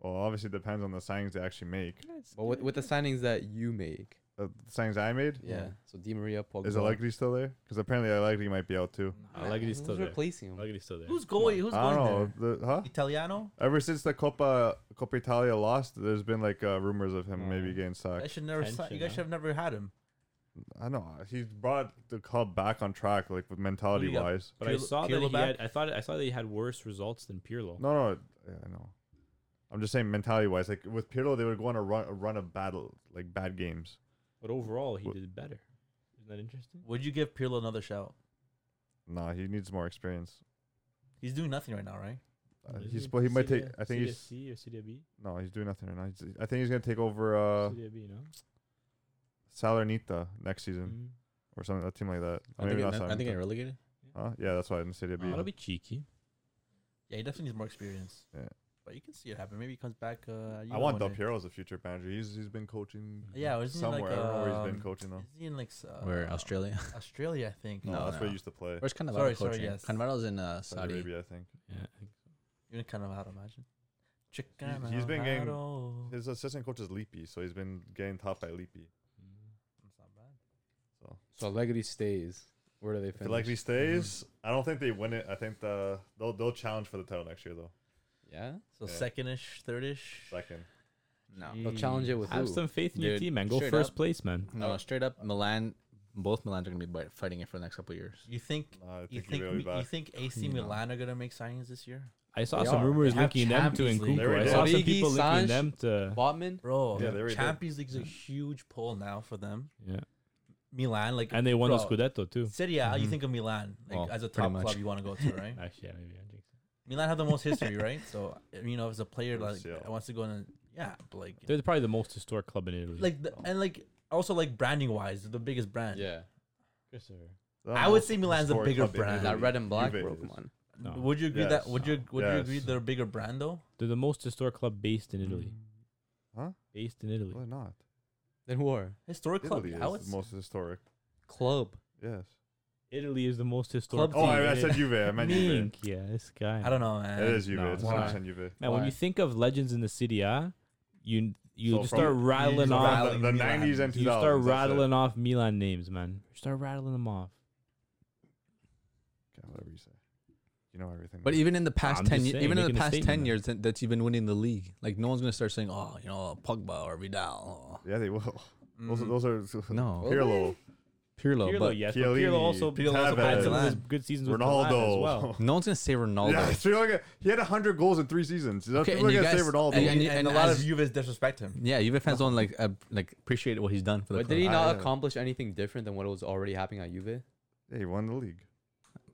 Well, obviously it depends on the signings they actually make. Uh, Well, with, with the signings that you make, The signings I made. yeah. So Di Maria, Pogba. Is Allegri still there? Because apparently Allegri might be out too. Ah, I like it he's Who's still there. replacing him? I like it he's still there. Who's going? Who's I going don't there? know. The, huh? Italiano? Ever since the Coppa Coppa Italia lost, there's been like uh, rumors of him maybe Oh. getting I sacked. should never. si- Tension, you guys huh? should have never had him. I know he's brought the club back on track, like with mentality got? wise. But I Pirlo- saw Pirlo that he back? had, I thought I saw that he had worse results than Pirlo. No, no, yeah, I know. I'm just saying mentality wise, like with Pirlo, they would go on a run, a run of battle, like bad games. But overall he Wh- did better. Isn't that interesting? Would you give Pirlo another shout? Nah, he needs more experience. He's doing nothing right now, right? Uh, Is he's well, he might take. Serie- I think Serie he's C or Serie B? no, he's doing nothing right now. He's, I think he's gonna take over uh, Serie B, no? Salernita next season Mhm. or something, a team like that. I think, Maybe it, not I think Salernita. it relegated. Huh? Yeah, that's why I didn't say it. Oh, That'll be cheeky. Yeah, he definitely needs more experience. Yeah. But you can see it happen. Maybe he comes back. Uh, you I know, want one Del day. Piero as a future manager. He's he's been coaching Yeah, isn't somewhere. He like, I don't know where he's um, been coaching though. Is he in like s- uh, Where Australia? Australia, I think. No, No, that's where no. he used to play. Where's Cannavaro Sorry, sorry, coaching? yes. Cannavaro's in uh, Saudi Saudi. Arabia, I think. Yeah. I think so. Even kind of out, imagine. He's- he's been getting- Chicanado. His assistant coach is Leapy, so he's been getting taught by Leapy. Mm. That's not bad. So So Allegri stays. Where do they if it finish? likely stays, I don't think they win it. I think the they'll they'll challenge for the title next year though. yeah. So Yeah. second-ish, third-ish. Second, No. They'll challenge it with Have who? some faith in your Dude, team, man. Go straight first up. place, man. No, no, straight up, Milan. Both Milan are gonna be bi- fighting it for the next couple of years. You think? Nah, I You think, he think? will be Mi- You back. think AC No. Milan are gonna make signings this year? I saw They some are. rumors They have linking them to Champions League. They already Nkunku. I did. saw some Origi, people Sanch, linking them to Botman. bro. Yeah, they already did. Champions League's a huge pull now for them. yeah, Milan, like, and they won bro, the Scudetto too. City, yeah, you Mhm. think of Milan Oh, like, Well, as a pretty top much. club you want to go to, right? Actually, yeah, maybe I jinxed it. Milan have the most history, right? So you know, if it's a player like UCL. that wants to go in, and- yeah, but like, They're probably the most historic club in Italy. like, the, and like also like branding wise, they're the biggest brand. Yeah. Christopher. I would say Milan's a Historic bigger club in brand. Italy. That red and black, Juve bro. is. Come on. No. Would you agree that? Would you Yes. would you agree Yes. they're a bigger brand though? They're the most historic club based in Italy. Huh? Based in Italy. Why not? Then who are? Historic club. Italy is I would the most historic. Club. Yes. Italy is the most historic. Club Oh, team. club I, I in said Italy. Juve. I meant Juve. Mink, Yeah, this guy. I don't know, man. It is Juve. No, it's why? 100% Juve. Man, when Why? you think of legends in the City A, you you So just from- start you rattling just off. rattle- The, the Milan. 90s and 2000s. you start that's it. rattling off Milan names, man. You start rattling them off. Okay, whatever you say. You know everything. But even in the past I'm ten, just ye- saying, even in the making a past ten statement. years, that- that's even winning the league. Like no one's gonna start saying, "Oh, you know, Pogba or Vidal." yeah, they will. Those are, Mhm. those are No, Pirlo, Pirlo. Pirlo, But Mm-hmm. yes, but Pirlo Chiellini, also Pirlo Pirlo also Tevez, had some of his Milan. good seasons with Milan as Ronaldo. well. no one's gonna say Ronaldo. Yeah, it's really like- he had 100 goals in three seasons. Okay, people are and you going to say guys- Ronaldo. And, And- and and a lot as- of Juve's disrespect him. Yeah, Juve fans don't like uh, like appreciate what he's done for the But club. did he I not know. accomplish anything different than what was already happening at Juve? yeah, he won the league.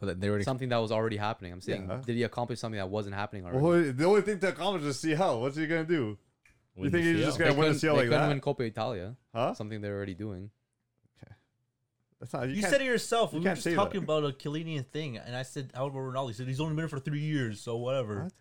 but they already Something that was already happening. I'm saying, Yeah. did he accomplish something that wasn't happening already? Well, the only thing to accomplish is CL. What's he going to do? Win think the he's CL. just gonna- Yeah, they win a couldn't, CL they like couldn't that. win Coppa Italia. Huh? Something they're already doing. That's not, you, You, can't, said it yourself. we you were can't just say talking that. about a Chiellini thing, and I said, "How about Ronaldo?" He said he's only been here for three years, so whatever. What?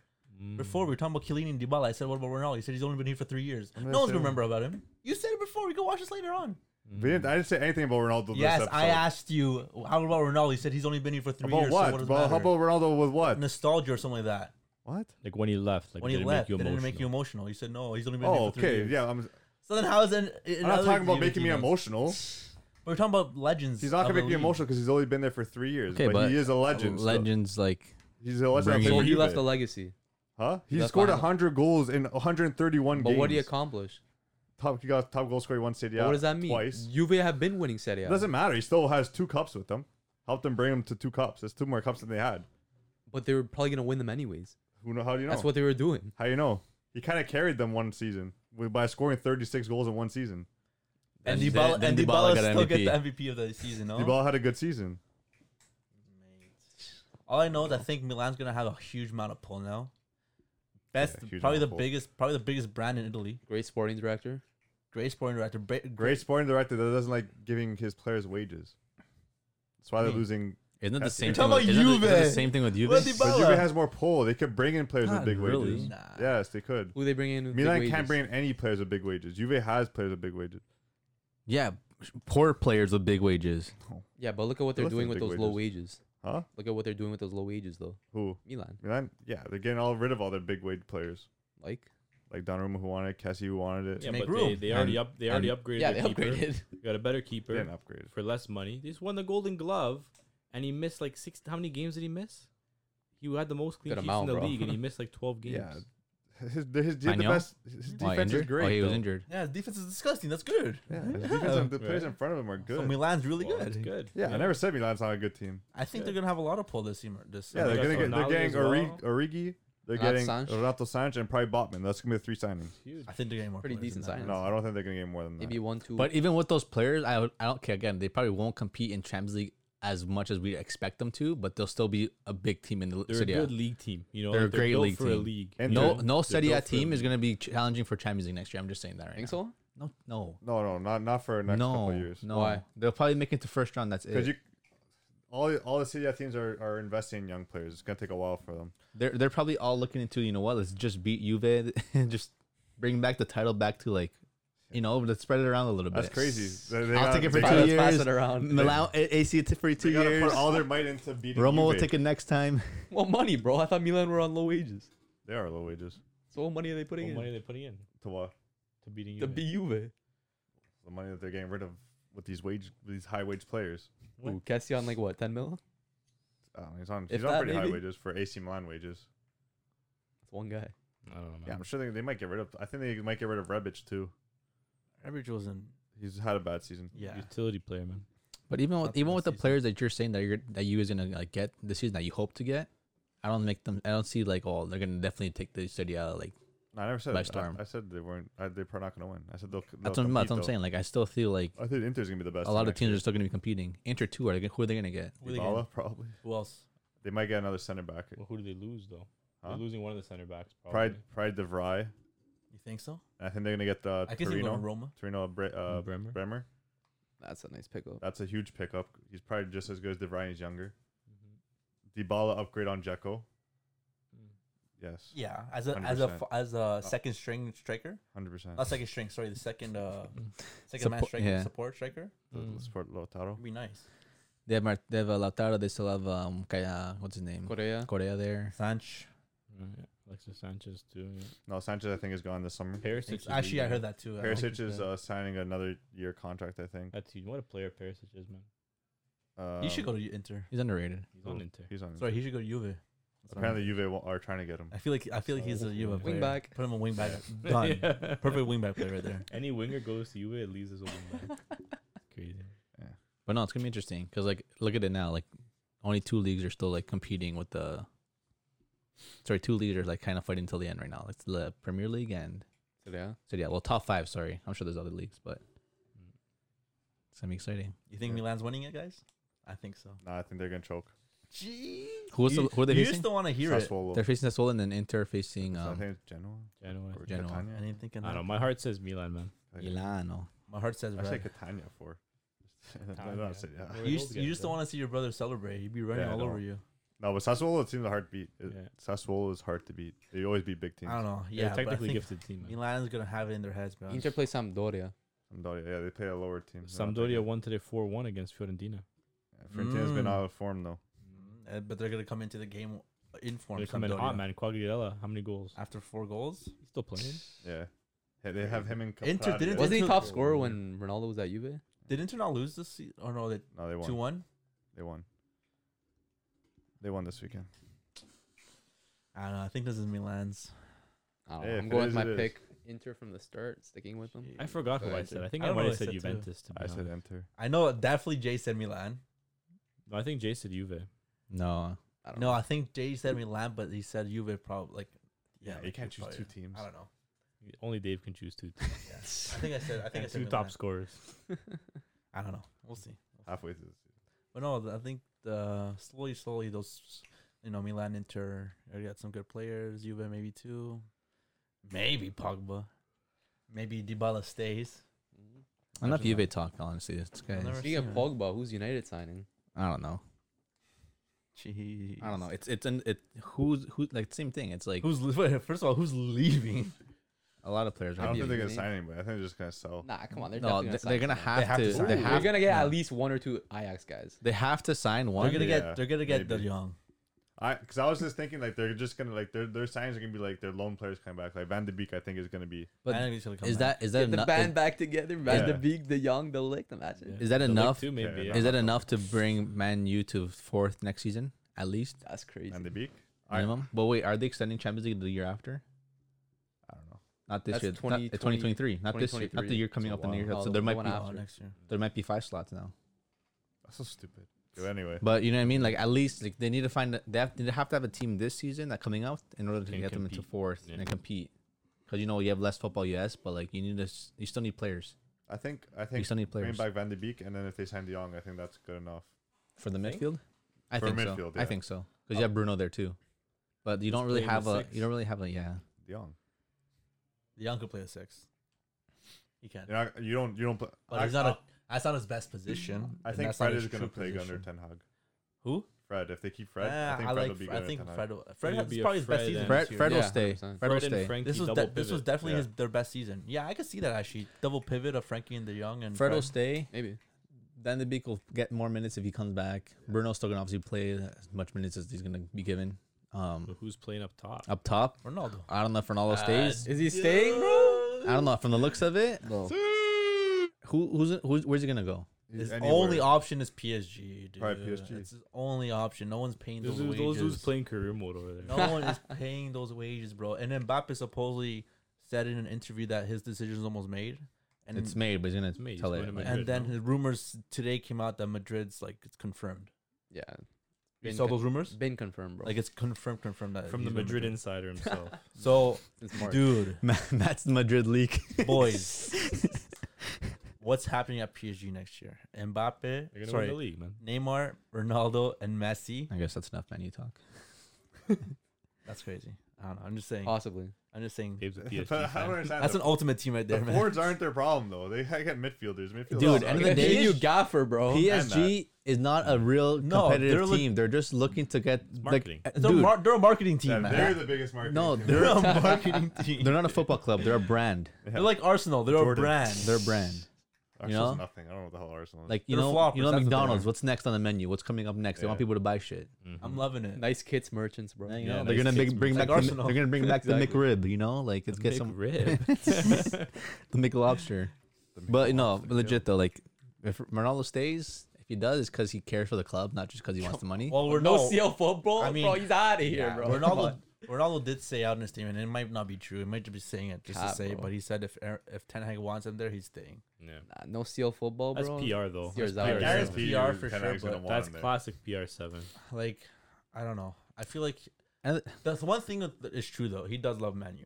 Mm. Before we were talking about Chiellini and Dybala, I said, "What about Ronaldo?" He said he's only been here for three years. I'm not No one's gonna saying- remember about him. You said it before. We can watch this later on. We didn't- I didn't say anything about Ronaldo. Yes, this I episode. asked you. How about Ronaldo? He said he's only been here for three About years. what? So what does it About- matter? how about Ronaldo with what? nostalgia or something like that? What? like when he left, like when he did it left, make you didn't it emotional? make you emotional? You said no. He's only been Oh, here for three okay. years. Yeah, I'm, So then, how is then? I'm not talking about making me emotional. We're talking about legends. He's not of going to the make me league. emotional because he's only been there for three years. but, he is a legend. still. Legends like He's a legend. Bring on it. So paper, he left a Juve. legacy. Huh? He That's scored fine. 100 goals in 131 But games. what did he accomplish? Top, he got top goal scorer. He won Serie But A what does that mean? Twice. Juve have been winning Serie A. It doesn't matter. He still has two cups with them. Helped them bring him to two cups. There's two more cups than they had. but they were probably going to win them anyways. Who know? How do you know? That's what they were doing. how you know? He kind of carried them one season with, by scoring 36 goals in one season. And Then- Dybala, then and Dybala Dybala got still get MVP. the MVP of the season. No? Dybala had a good season. All I know is I think Milan's gonna have a huge amount of pull now. Best, Yeah, huge probably amount the of pull. biggest, probably the biggest brand in Italy. Great sporting director. Great sporting director. Bra- great. Great sporting director that doesn't like giving his players wages. That's why they're Hmm. losing. isn't it the You're same? talking Thing about with, isn't it the- isn't it the Juve. same thing with Juve. What the But Dybala. Juve has more pull. They could bring in players Not with big really. wages. Nah. Yes, they could. Who they bring in? with big Milan wages? can't bring in any players with big wages. Juve has players with big wages. Yeah, poor players with big wages. Yeah, but look at what they're Listen, doing with big those low wages. Huh? Look at what they're doing with those low wages, though. Who? Milan, Milan? Yeah, they're getting all rid of all their big wage players. like, Like Donnarumma who wanted it, Kessie who wanted it. Yeah, make but they, room. they already And- up they already upgraded. yeah, they their keeper. upgraded. Got a better They keeper didn't upgrade. for less money. They just won the Golden Glove, and he missed like six. How many games did he miss? He had the most clean Good sheets amount, in the bro. league, and he missed like twelve games. Yeah. His, his, he had the Maignan? best. His Why, defense is injured? great. oh, he was though. injured. Yeah, his defense is disgusting. That's good. Yeah, his defense and the players in front of him are So good. Milan's really Well, good. that's good. yeah, I never said Milan's not a good team. I think Good. they're gonna have a lot of pull this year. This Yeah, they they're got gonna get they're Tonali getting as well. Origi, Origi, they're Renato getting Sanch. Renato Sanch and probably Botman. That's gonna be the three signings. Huge. I think they're getting more Pretty players than decent that. signing. No, I don't think they're gonna get more than that. maybe one, two. But even with those players, I, would- I don't care. Again, they probably won't compete in Champions League as much as we expect them to, but they'll still be a big team in the They're city. a good league team. You know, They're a like, great built league for a team. league. And you No, know? no They're Serie A built for a team is league. going to be challenging for Champions League next year. I'm just saying that right think now. so? No, no, No, no, not not for the next couple no, of years. no. Why? They'll probably make it to first round. That's it. Because you, all all the Serie A teams are, are investing in young players. It's gonna take a while for them. they're they're probably all looking into you know what? Let's just beat Juve and just bring back the title back to like, you know, let's spread it around a little That's bit. crazy. They, they I'll gotta- take it for they two gotta- Let's pass years. it around. Milan A- AC it for two They gotta years. put all their might into beating. Roma will Juve. take it next time. Well, money, bro. I thought Milan were on low wages. They are low wages. So what money are they What putting in money are they putting in To what? to beating you? to be Juve? The money that they're getting rid of with these wage with these high wage players. What? Ooh, Kessie on like what, ten mil? Um, he's on If he's on that, pretty high maybe. wages for AC Milan wages. That's one guy. I don't know. Yeah, man. I'm sure they, they might get rid of. I think they might get rid of Rebic too. Average was in. He's had a bad season. Yeah. Utility player, man. But even Not with the even whole with the season. players that you're saying that you're that you is gonna like get this season that you hope to get, I don't make them. I don't see like oh they're gonna definitely take the city out. Like No, I never said By that. storm. I, I said they weren't. I, they're probably not going to win. I said they'll. that's what, they'll I'm- that's compete, what I'm though. saying. Like I still feel like I think Inter's going to be the best. a lot of teams are still gonna be competing. Inter two are they, gonna- who are they gonna get? Who, they getting? probably. Who else? They might get another center back. Well, who do they lose though? Huh? They're losing one of the center backs. Probably. Pride, Pride DeVry. You think so? I think they're going to get the I guess they're going to Torino. Roma. Torino Bre- uh, Bremer? Bremer. That's a nice pickup. That's a huge pickup. He's probably just as good as DeVry. He's younger. Mm-hmm. Dybala upgrade on Jekko. Yes, Yeah, as a as a f- 100%. as a second string striker, hundred percent. not second string. Sorry, the second uh second man Suppo- striker, yeah. support striker. Mm. Support Lautaro. It'd be nice. They have Mart- they have uh, Lautaro. They still have um Kay- uh, what's his name Korea. Correa there. Sanch. Yeah. Alexis Sanchez too. Yeah. No, Sanchez I think is gone this summer. Perisic. is Actually, I leaving. heard that too. I don't think Perisic he's is bad. uh, signing another year contract. I think. That's you. What a player Perisic is, man. Um, He should go to Inter. He's underrated. He's on Inter. He's on. Sorry, he should go to Juve. Apparently, Juve wa- are trying to get him. I feel like I feel like he's a So- Juve player. Wing back. Put him a wing back. Done. Yeah. Perfect wing back player right there. Any winger goes to Juve, it leaves as a wing back. Crazy. But no, it's gonna be interesting because like look at it now. Like only two leagues are still like competing with the. Sorry, two leagues are like kind of fighting till the end right now. It's the Premier League and Korea. so yeah, well top five. Sorry, I'm sure there's other leagues, but it's gonna be exciting. You think Yeah. Milan's winning it, guys? I think so. Nah, I think they're gonna choke. Gee. Who was you, the- who are they you facing? used to want to hear it. Sassuolo. They're facing Sassuolo and then Inter facing So I um, think it's Genoa. Genoa. Or Genoa. Catania. I didn't think of I don't know. that. My heart says Milan, man. Like, Milano. My heart says I say red. Catania for. I don't Catania. say- yeah. Where You those just, you guys just don't at? want to see your brother celebrate. He'd be running Yeah, I all over don't. you. No, but Sassuolo seems a hard beat. It- Yeah. Sassuolo is hard to beat. They always beat big teams. I don't know. They're Yeah, a but I technically think gifted team. Man. Milan's gonna have it in their heads, man. Inter plays Sampdoria. Sampdoria, yeah, they play a lower team. They're not that Sampdoria good. won today 4 1 against Fiorentina. Yeah, Fiorentina's been Mm. out of form though. Uh, but they're gonna come into the game in form. They come in hot, Sampdoria. man. Quagliarella, how many goals? After four goals, He's still playing. Yeah. Yeah, they have him in. Inter didn't- Capradia. Wasn't he Inter- top scorer when Ronaldo was at Juve? did Inter not lose this? Se- or no, they No, they won. two one. They won. They won this weekend. I don't know. I think this is Milan's. I don't Yeah, know. if I'm it going is, with my it is. pick. Inter from the start, sticking with them. I forgot who But I I said. did- I think I I, don't might know have what I said said too. Juventus. To be I said honest. Inter. I know definitely Jay said Milan. No, I think Jay said Juve. No, I don't No, know. I think Jay said Milan, but he said Juve probably. Like, yeah, you like, can't he choose two probably- teams. I don't know. Only Dave can choose two. teams. Yeah. I think I said. I think I And said two top Milan. scorers. I don't know. We'll see. Halfway through. the season. But no, th- I think the slowly, slowly those, you know, Milan, Inter, they got some good players. Juve maybe too, maybe Pogba, maybe Dybala stays. enough Imagine Juve that. talk. Honestly, this guy. never- is- Mm-hmm. Speaking of Yeah. Pogba, who's United signing? I don't know. Jeez. I don't know. It's it's an it. Who's who? Like same thing. It's like Who's li- wait, first of all, who's leaving? a lot of players I are. don't think they're leaving. gonna United. sign anybody. I think they're just gonna sell. Nah, come on. They're Oh. No, definitely they- gonna they're gonna They have have to. to They sign. They're have. gonna get no. at least one or two Ajax guys. They have to sign They're one. gonna Yeah, get. They're gonna get maybe. De Jong. I because I was just thinking like they're just gonna like their their signs are gonna be like their lone players coming back. Like Van de Beek, I think is gonna be. But I think he's gonna come Is back. that is that Get the enough? band back together. Van Yeah. de Beek, the young, the lick. Imagine. Is that The Lick enough? Too, maybe. Yeah, Yeah, Is that enough to bring Man U to fourth next season at least That's crazy. Van de Beek. I, I don't minimum? But wait, are they extending Champions League the year after? know. Not this That's year. 20, not, uh, 2023. Not this year. Not the 2023. year coming So up in the year. wow. So No, there the might one be after. Oh, next year. there might be five slots now. That's so stupid. But anyway, But you know what I mean? Like at least like they need to find they have, they have to have a team this season that coming out in order to Can get them into compete. fourth Yeah. and compete. Because you know you have less football, yes, but like you need to s- you still need players. I think I You think still need bring players back Van de Beek, and then if they sign De Jong, I think that's good enough. for the Think? midfield. I For think so. midfield, I yeah. think so because you have Bruno there too, but you don't Just really play the have a six. you don't really have a yeah. De Jong. De Jong could play a six. He can, You're not, you don't you don't play. but he's not a. That's not his best position. I and think that's not Fred his is gonna true play position. under Ten Hag. Who? Fred, if they keep Fred, Ah, I think I Fred like. will be Fr- good. I at Ten think Hag. Fred. will- Fred It'll has be a probably his best Fred season. and- Fred this year. Fred will Yeah, stay. 100%. Fred will Fred and stay. Frankie This was double de- this was pivot. definitely Yeah. his, their best season. Yeah, I could see that actually. Double pivot of Frankie and the Young and Fred will stay. Maybe. Then the Beek will get more minutes if he comes back. Bruno's still gonna obviously play as much minutes as he's gonna be given. Um, But who's playing up top? up top, Ronaldo. Uh, I don't know if Ronaldo stays. Is he staying, bro? I don't know from the looks of it. Bro. Who who's, who's where's he gonna go? He's His anywhere. only option is PSG, dude. Right, PSG. It's his only option. No one's paying Those those, dudes- those wages. who's playing career mode over there. no one is paying those wages, bro. And then Mbappe supposedly said in an interview that his decision is almost made. And It's made, but he's gonna made. tell it. He's going to like- Madrid. and then no? his rumors today came out that Madrid's like it's confirmed. Yeah. You Been saw con- those rumors? Been confirmed, bro. Like it's confirmed, confirmed that from the he's Madrid, insider himself. So, Since March. dude, That's the Madrid leak. boys, what's happening at PSG next year? Mbappe, They're gonna win the sorry, league, man. Neymar, Ronaldo, and Messi. I guess that's enough man you talk. That's crazy. I don't know. I'm just saying. possibly. I'm just saying. Dave's a PSG But I fan. don't understand. That's the, an ultimate team right there, the man. forwards aren't their problem though. They I got midfielders. Midfielders. Dude, suck. end of They the day- gave you Gaffer, bro. PSG is not a real No, competitive they're look- team. they're just looking to get marketing. Like, uh, They're, dude, mar- they're a marketing team, Yeah, man. they're the biggest market. no, They're they're a marketing team. they're not a football club. They're a brand. They're like Arsenal. They're Jordan. a brand. They're a brand. you know? nothing. I don't know what the hell Arsenal. Is. Like you They're know, floppers, you know that's what they McDonald's. are. What's next on the menu? What's coming up next? They want Yeah. people to buy shit. I'm loving it. Nice kids merchants, bro. you Yeah, know, nice they're gonna big, kicks, bring man. back. Like the, Arsenal. they're gonna bring back Exactly. the McRib. You know, like let's get Big some rib. the McLobster. The But no, McDonald's, yeah. legit though, like if Ronaldo stays, if he does, it's because he cares for the club, not just because he wants the money. Well, we're no no. CL football, I mean, bro. He's out of here, yeah, bro. Ronaldo, Ronaldo did say out in a statement, and it might not be true. It might just be saying it just Cap, to say, bro. but he said if Er- if Ten Hag wants him there, he's staying. Yeah. Nah, no seal football, That's bro. PR though. Yours That's out. PR. Guaranteed. seven. Guarantee PR you for Ten sure, Hag's gonna but want That's him there. classic PR seven. Like, I don't know. I feel like And- that's one thing that that is true though. He does love Manu.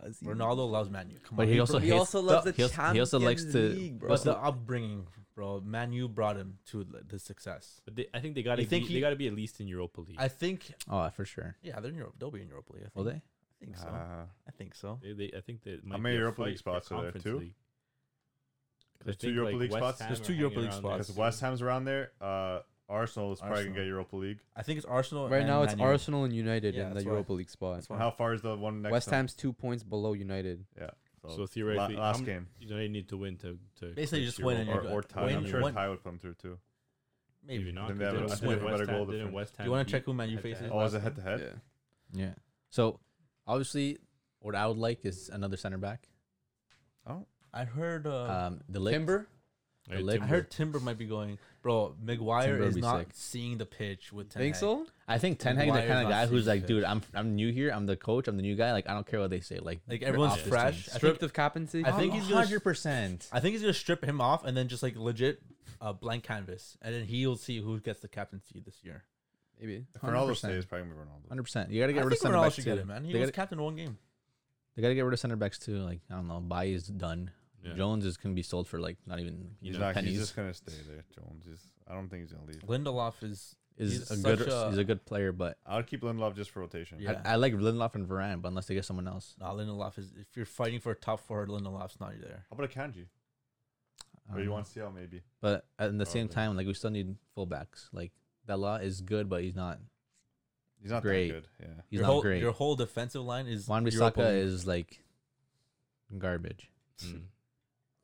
Does he? Ronaldo loves Manu. Come But on, he also Bro, he hates- also loves the he also- he also likes Champions to- League, bro. But the upbringing, bro. Manu brought him to the- the success. But they, I think they got to You think they he- got to be at least in Europa League. I think. Oh, for sure. Yeah, they're in Europe. They'll be in Europa League. I Will think, I they? think so. Uh, I think so. They, they, I think that might many be a Europa League fight for spots are there, Conference two? League. 'Cause I There's two think, Europa League West spots? Ham There's are two hanging Europa League around there. spots. Because West Ham's around there. Uh, Arsenal is probably gonna Arsenal. get Europa League. I think it's Arsenal. right and now it's Man U. Arsenal and United Yeah, in the that's why. Europa League spot. That's why. How far is the one next? West one? Ham's two points below United. Yeah. So la- theoretically, how last many- game. You know, they need to win to to Basically, just win win and Or, you're or good. tie. Win- I'm sure win- Ty would come through too. Maybe. not. Then Didn't they have a- I think they have a West better goal Ham- didn't difference. West Do Ham you want beat to check who Man U head-to-head? faces? Oh, is last it time? head to head? Yeah. So obviously, what I would like is another center back. I heard. Uh, Um, the Ligt. Timber? Or The leg- I Timber? heard Timber might be going. Bro, Maguire Timber would is be not sick. seeing the pitch with. Ten Think Hag. so? I think Ten Hag's the Maguire's kind of not guy who's seeing like, fit. dude, I'm I'm new here. I'm the coach. I'm the new guy. Like, I don't care what they say. Like, Like you're everyone's off this fresh. team. I Stripped think, of captaincy? I think Oh, he's gonna- 100%. I think he's gonna strip him off and then just like legit uh, blank canvas, and then he'll see who gets the captaincy this year. Maybe. If Ronaldo 100%. stays, probably gonna be Ronaldo. 100%. You got to I get rid of think center Ronaldo backs should too. get it, man. He They was gotta- captain one game. They got to get rid of center backs too. Like I don't know, Bai is done. Yeah. Jones is gonna be sold for like not even you He's, know not, pennies. he's just gonna stay there, Jones. He's, I don't think he's gonna leave. Lindelof is is he's a such good a- he's a good player, but I would keep Lindelof just for rotation. Yeah. I, I like Lindelof and Varane, but unless they get someone else, not Lindelof is. If you're fighting for a top four, Lindelof's not there. How about a Kanji? I don't Or you Um, know. want CL maybe? But at the same Probably. time, like we still need fullbacks. Like Bella is good, but he's not He's not Great. that good. Yeah. he's your not whole, great. Your whole defensive line is Juan Europa Bissaka League. is like garbage. Mm.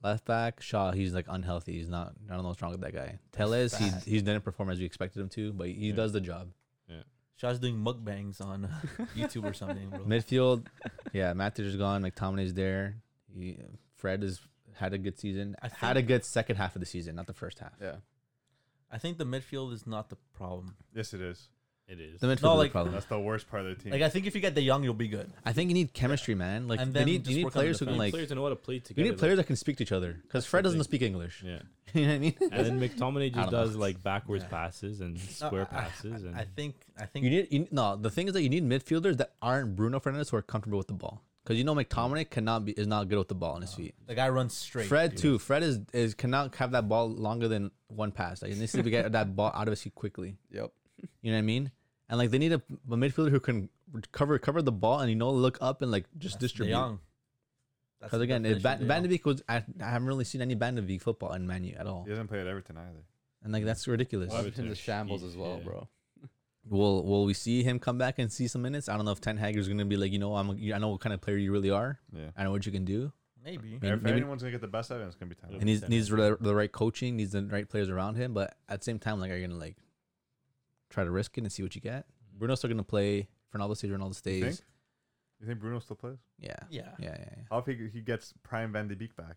Left back Shaw, he's like unhealthy. He's not. I don't know what's wrong with that guy. Teles, fat. he he's didn't perform as we expected him to, but he Yeah. does the job. Shaw's doing mukbangs on YouTube or something. Bro. Midfield, yeah, Matic is gone. McTominay's there. He, Fred has had a good season. I had a think- good second half of the season, not the first half. Yeah. I think the midfield is not the problem. Yes, it is. It is. The midfield No, is like- the problem. That's the worst part of the team. Like I think if you get the young, you'll be good. I think you need chemistry, man. Like And they then need just you need work on the players who You can need like players that know how to play you together. need players that can speak to each other because Fred the doesn't thing. speak English. Like, yeah. you know what I mean? And then McTominay I just don't know. does like backwards Yeah. passes and No, square I- I- passes and I, think I think You need you, no. The thing is that you need midfielders that aren't Bruno Fernandez who are comfortable with the ball because you know McTominay cannot be is not good with the ball on his feet. the guy runs straight. Fred too. Fred is is cannot have that ball longer than one pass. Like he needs to get that ball out of his feet quickly. Yep. You know what I mean? And like they need a, a midfielder who can cover cover the ball and you know look up and like That's just De distribute. Jong. That's Because the again, if Van, definition of De Van de Jong. Beek was I, I haven't really seen any Van de Beek football in Manu at all, he doesn't play at Everton either. and like that's ridiculous. Why would Everton's a Everton shambles eat- as well, yeah. bro. Will Will we see him come back and see some minutes? I don't know if Ten Hag is going to be like, you know, I'm I know what kind of player you really are. Yeah. I know what you can do. maybe Maybe- if maybe- anyone's gonna get the best out of him, it's gonna be Tyler. And he's needs the the right coaching, needs the right players around him. But at the same time, like, are you going to like try to risk it and see what you get? Bruno's still going to play. Ronaldo stays. Ronaldo Mm-hmm. You think? stays. You think Bruno still plays? Yeah. yeah. yeah. Yeah. Yeah. How if he, he gets prime Van de Beek back?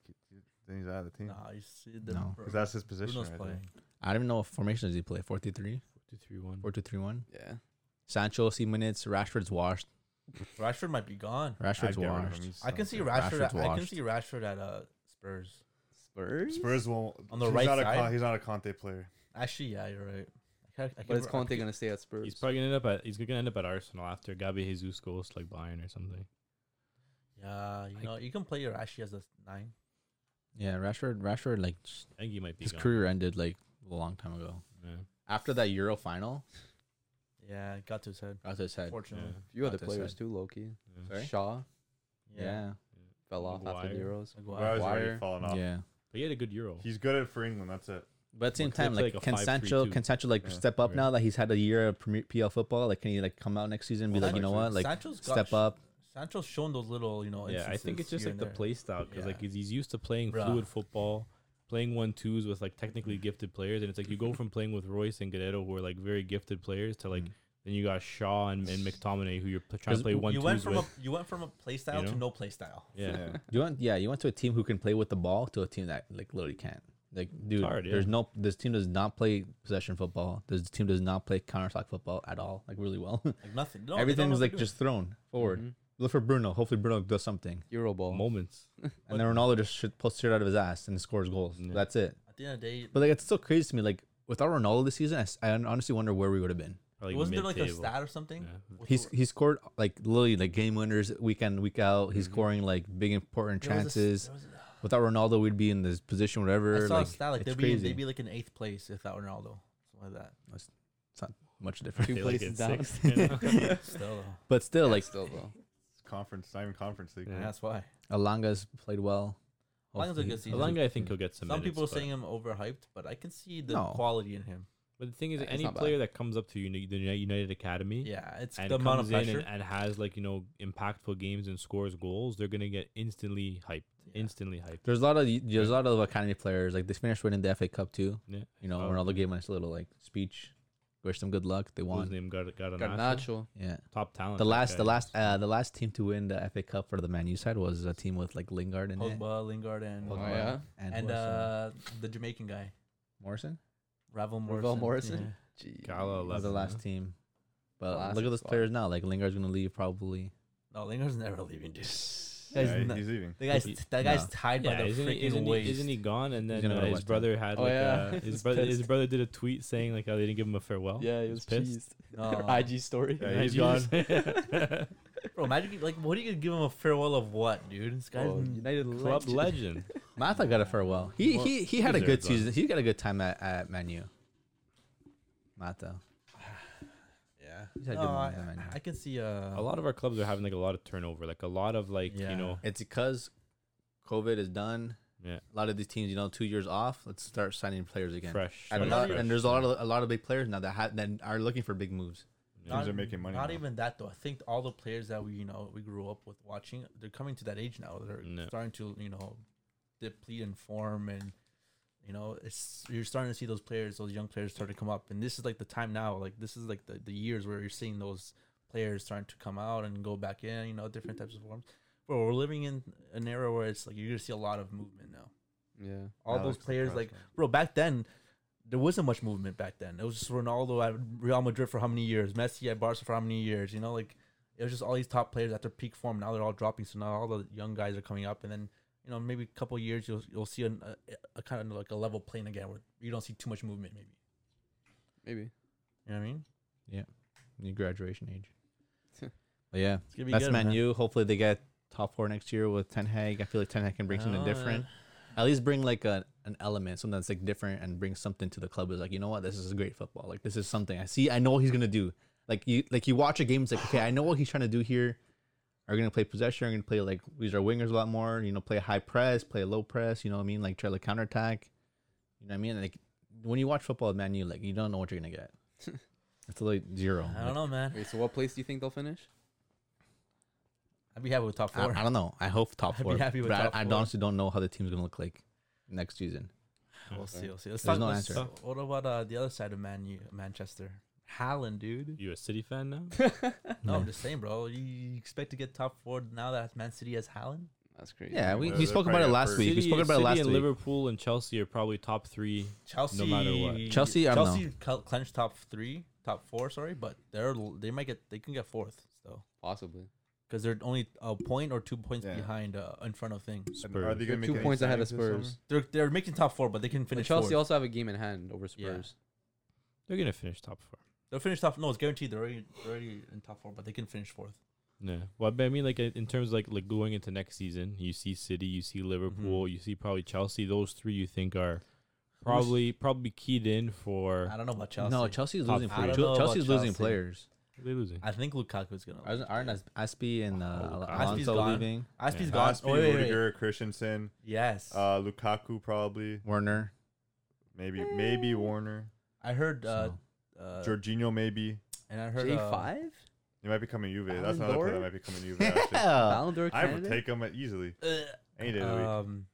Then he's out of the team. Nah, you see the No. Because that's his position. Bruno's right there. playing. I don't even know what formation does he play. 4 3 3? two, three, one. 4 2 3 1? Yeah. Sancho, see minutes. Rashford's washed. Rashford might be gone. I'd Rashford's get rid of him. washed. He's I can not see good. Rashford. Rashford's At, I can washed. see Rashford at uh, Spurs. Spurs? Spurs won't. On the he's right not A, side? Con- he's not a Conte player. Actually, yeah, you're right. I I can't But is re- I Conte can't- gonna stay at Spurs? He's probably gonna end up at he's gonna end up at Arsenal after Gabi Jesus goes to like Bayern or something. Yeah, you I- know, you can play your Rashi as a nine. Yeah, Rashford. Rashford like just- I think he might be. his gone. career ended like a long time ago. Yeah. After that Euro final, Yeah, it got to his head. out of his head. Fortunately. a few other Conte players said. too. Loki, yeah. Sorry? Shaw Yeah. fell off after the Maguire. Euros. Guys Maguire. are already Wire. falling Yeah. off. But he had a good Euro. He's good at for England. That's it. But at the same Well, 'cause time, it's like, like a can Sancho, 5-3-2. can Sancho like Yeah. step up Yeah. now that he's had a year of Premier PL football? Like, can he like come out next season and be Well, like, you know what, like Sancho's got step sh- up? Sancho's shown those little, you know. yeah, I instances think it's just here like and the there. play style because like Yeah. he's, he's used to playing Bruh. Mm. fluid football, playing one twos with like technically gifted players, and it's like you go from playing with Royce and Guerrero who are like very gifted players to like Mm. then you got Shaw and, and McTominay who you're pl- trying to 'Cause play you one you twos went from with. a you went from a play style know? to no play style. yeah. You want, yeah, you went to a team who can play with the ball to a team that like literally can't. Like, dude, hard, yeah. there's no. This team does not play possession football. This team does not play counter attack football at all. Like, really well. Like nothing. No, they don't know Everything's what to like do. just thrown forward. Mhm. Look for Bruno. Hopefully, Bruno does something. Euro ball. moments. And then Ronaldo just shit, pulls shit out of his ass and scores goals. Yeah. That's it. at the end of the day. But like, it's still crazy to me. Like, without Ronaldo this season, I, s- I honestly wonder where we would have been. Probably wasn't there like a mid-table. stat or something? Yeah. With He's the- he scored like literally like game winners week in week out. He's Mhm. scoring like big important Mm-hmm. there was a s- chances. there was a- Without Ronaldo, we'd be in this position whatever. I saw like, a stat like it's they'd be, in- crazy. they'd be like in eighth place if that Ronaldo. Something like that. much different. Two They, like, places get down. sixth, you know? Still, though. But still, like still though. It's conference, not even conference league. Yeah. that's why. Alanga's played well. Alanga's a Hopefully- good season. Alanga, I think he'll get some. Some people are minutes, but- saying him overhyped, but I can see the No. quality in him. But the thing is, It's any not bad. player that comes up to uni- the Uni- United Academy, Yeah, it's and the amount of comes in pressure. and, and has like you know impactful games and scores goals, they're gonna get instantly hyped. Yeah. Instantly hyped. There's a lot of there's a lot of academy players. Like they finished winning the FA Cup too. Yeah. You know, Oh. Ronaldo gave us a little like speech, wish them good luck. They What's his won. name? Gar- Garnacho? Garnacho. Yeah. Top talent. The that last, guy the is. last, uh, the last team to win the FA Cup for the Man U side was a team with like Lingard in it, Pogba, Lingard, and Oh, Pogba, yeah? and, and who else, uh, uh, the Jamaican guy, Morrison Ravel Morrison. Ravel Morrison? yeah. Jeez. Gala was the 11, last huh? team. But Last look at those squad. players now. Like Lingard's gonna leave probably. No, Lingard's never leaving, dude. Yeah, Guys, he- no- he's eating. The guy's He- that guy's no. tied Yeah, by the isn't, freaking he, isn't, waist. he, isn't he gone? And He's then gonna uh, go to his West Ham. brother had Oh, like yeah. a, his He's brother his pissed. brother did a tweet saying like how they didn't give him a farewell. Yeah, he was Oh, pissed. pissed. Oh. No. IG story. Yeah, he's he's gone. Bro, imagine like what are you gonna give him a farewell of what, dude? This guy's Oh, United Club legend. Matha got a farewell. He Well, he he had a deserved good one. season. He got a good time at, at Man U. Mata. yeah. No, had good I, moments at Man U. I can see uh, A lot of our clubs are having like a lot of turnover, like a lot of like Yeah. you know It's because COVID is done. Yeah. A lot of these teams, you know, two years off. Let's start signing players again. fresh. And, a starting lot, fresh, and there's a you lot know? of a lot of big players now that ha- that are looking for big moves. Teams are making money. Not now. even that though. I think all the players that we you know we grew up with watching, they're coming to that age now. They're No. starting to you know deplete in form, and you know it's you're starting to see those players, those young players, start to come up. And this is like the time now. Like this is like the, the years where you're seeing those players starting to come out and go back in. You know different types of forms. Bro, we're living in an era where it's like you're gonna see a lot of movement now. Yeah. All Now those it's players like depressing. bro, back then, there wasn't much movement back then. It was just Ronaldo at Real Madrid for how many years, Messi at Barca for how many years. You know, like it was just all these top players at their peak form. Now they're all dropping, so now all the young guys are coming up, and then you know maybe a couple years you'll you'll see an, a, a kind of like a level playing again where you don't see too much movement. Maybe Maybe. you know what I mean? New graduation age. but yeah, It's gonna that's good, Man U. Hopefully they get top four next year with Ten Hag. I feel like Ten Hag can bring something Oh, different. yeah. At least bring like a, an element, something that's like different, and bring something to the club. Is like you know what, this is great football. Like this is something I see. I know what he's gonna do. Like you, like you watch a game. It's like okay, I know what he's trying to do here. Are we gonna play possession? Are we gonna play like use our wingers a lot more? You know, play high press, play low press. You know what I mean? Like try to counterattack. You know what I mean? Like when you watch football, man, you like you don't know what you're gonna get. It's like zero. I don't know, man. Wait, so what place do you think they'll finish? I'd be happy with top I, four. I don't know. I hope top I'd be four. happy with but I- top I, four. honestly don't know how the team's gonna look like next season. we'll see. We'll see. Let's There's talk. no let's- answer. What about uh, the other side of Man U, Manchester? Haaland, dude. You a City fan now? No, Yeah. I'm just saying, bro. You- You expect to get top four now that Man City has Haaland? That's crazy. Yeah, we, we Well, they're spoke about probably it up last first. week. we City, spoke about it City last and week. Liverpool and Chelsea are probably top three. Chelsea, matter what. Chelsea, I don't Chelsea cl- clenched top three, top four, sorry, but they're l- they might get they can get fourth still Possibly. because they're only a point or two points Yeah. behind uh, in front of thing. And Are they Spurs. gonna They're make two any points ahead of signings this summer? Spurs. They're they're making top four, but they can But finish Chelsea fourth. also have a game in hand over Yeah. Spurs. They're gonna finish top four. They'll finish top. No, it's guaranteed. They're already they're already in top four, but they can finish fourth. Yeah. Well, but I mean, like in in terms of, like like going into next season, you see City, you see Liverpool, you see probably Chelsea. Those three you think are probably probably keyed in for. I don't know about Chelsea. No, Chelsea's Top losing. three. I don't Chel- know about Chelsea's losing Chelsea. players. Who are they losing? I think Lukaku is gonna. Aren't aren't As- Aspie and uh, Al- Aspie's Alonso gone. leaving? Aspie's Yeah. gone. Gillespie, Oh, wait, wait, wait. Rudiger, Christensen, Yes, uh, Lukaku probably, Werner. maybe maybe Warner, I heard. Uh, so. Eh. uh, Jorginho maybe. and I heard. J Uh, five. He might be coming Juve. Alan That's another player Dorr? that might be coming Juve. actually. Uh, Ballon d'Or I would candidate? take him easily. Any day of the week. Um,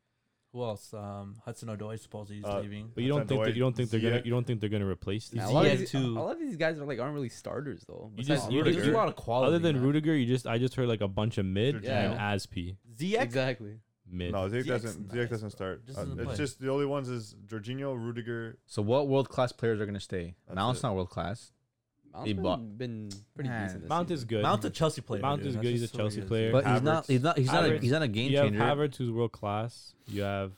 who else? Um, Hudson Odoi. Supposedly he's Uh, leaving. But you don't think that, you don't think they're gonna Ziyech. you don't think they're gonna replace these. Nah, Ziyech a, lot of had these, a two. lot of these guys are like aren't really starters though. You Besides just- you Rudiger. just a lot of quality. Other than man. Rudiger, you just I just heard like a bunch of mid Yeah. and Aspi ZX. exactly. mid. No, Ziyech Ziyech's doesn't. nice, Ziyech doesn't bro. start. Just Uh, doesn't it's play. just the only ones is Jorginho, Rudiger. So what world class players are gonna stay? That's Mount's it. not world class. Mount's bought- been, been pretty Nah. decent. This Mount season. is good. Mount's a Chelsea player. Mount dude. is That's good. He's just a who he Chelsea is. player. But he's Havertz. not. He's not. He's not. A, Havertz. he's not a game you have changer. Havertz, who's world class. You have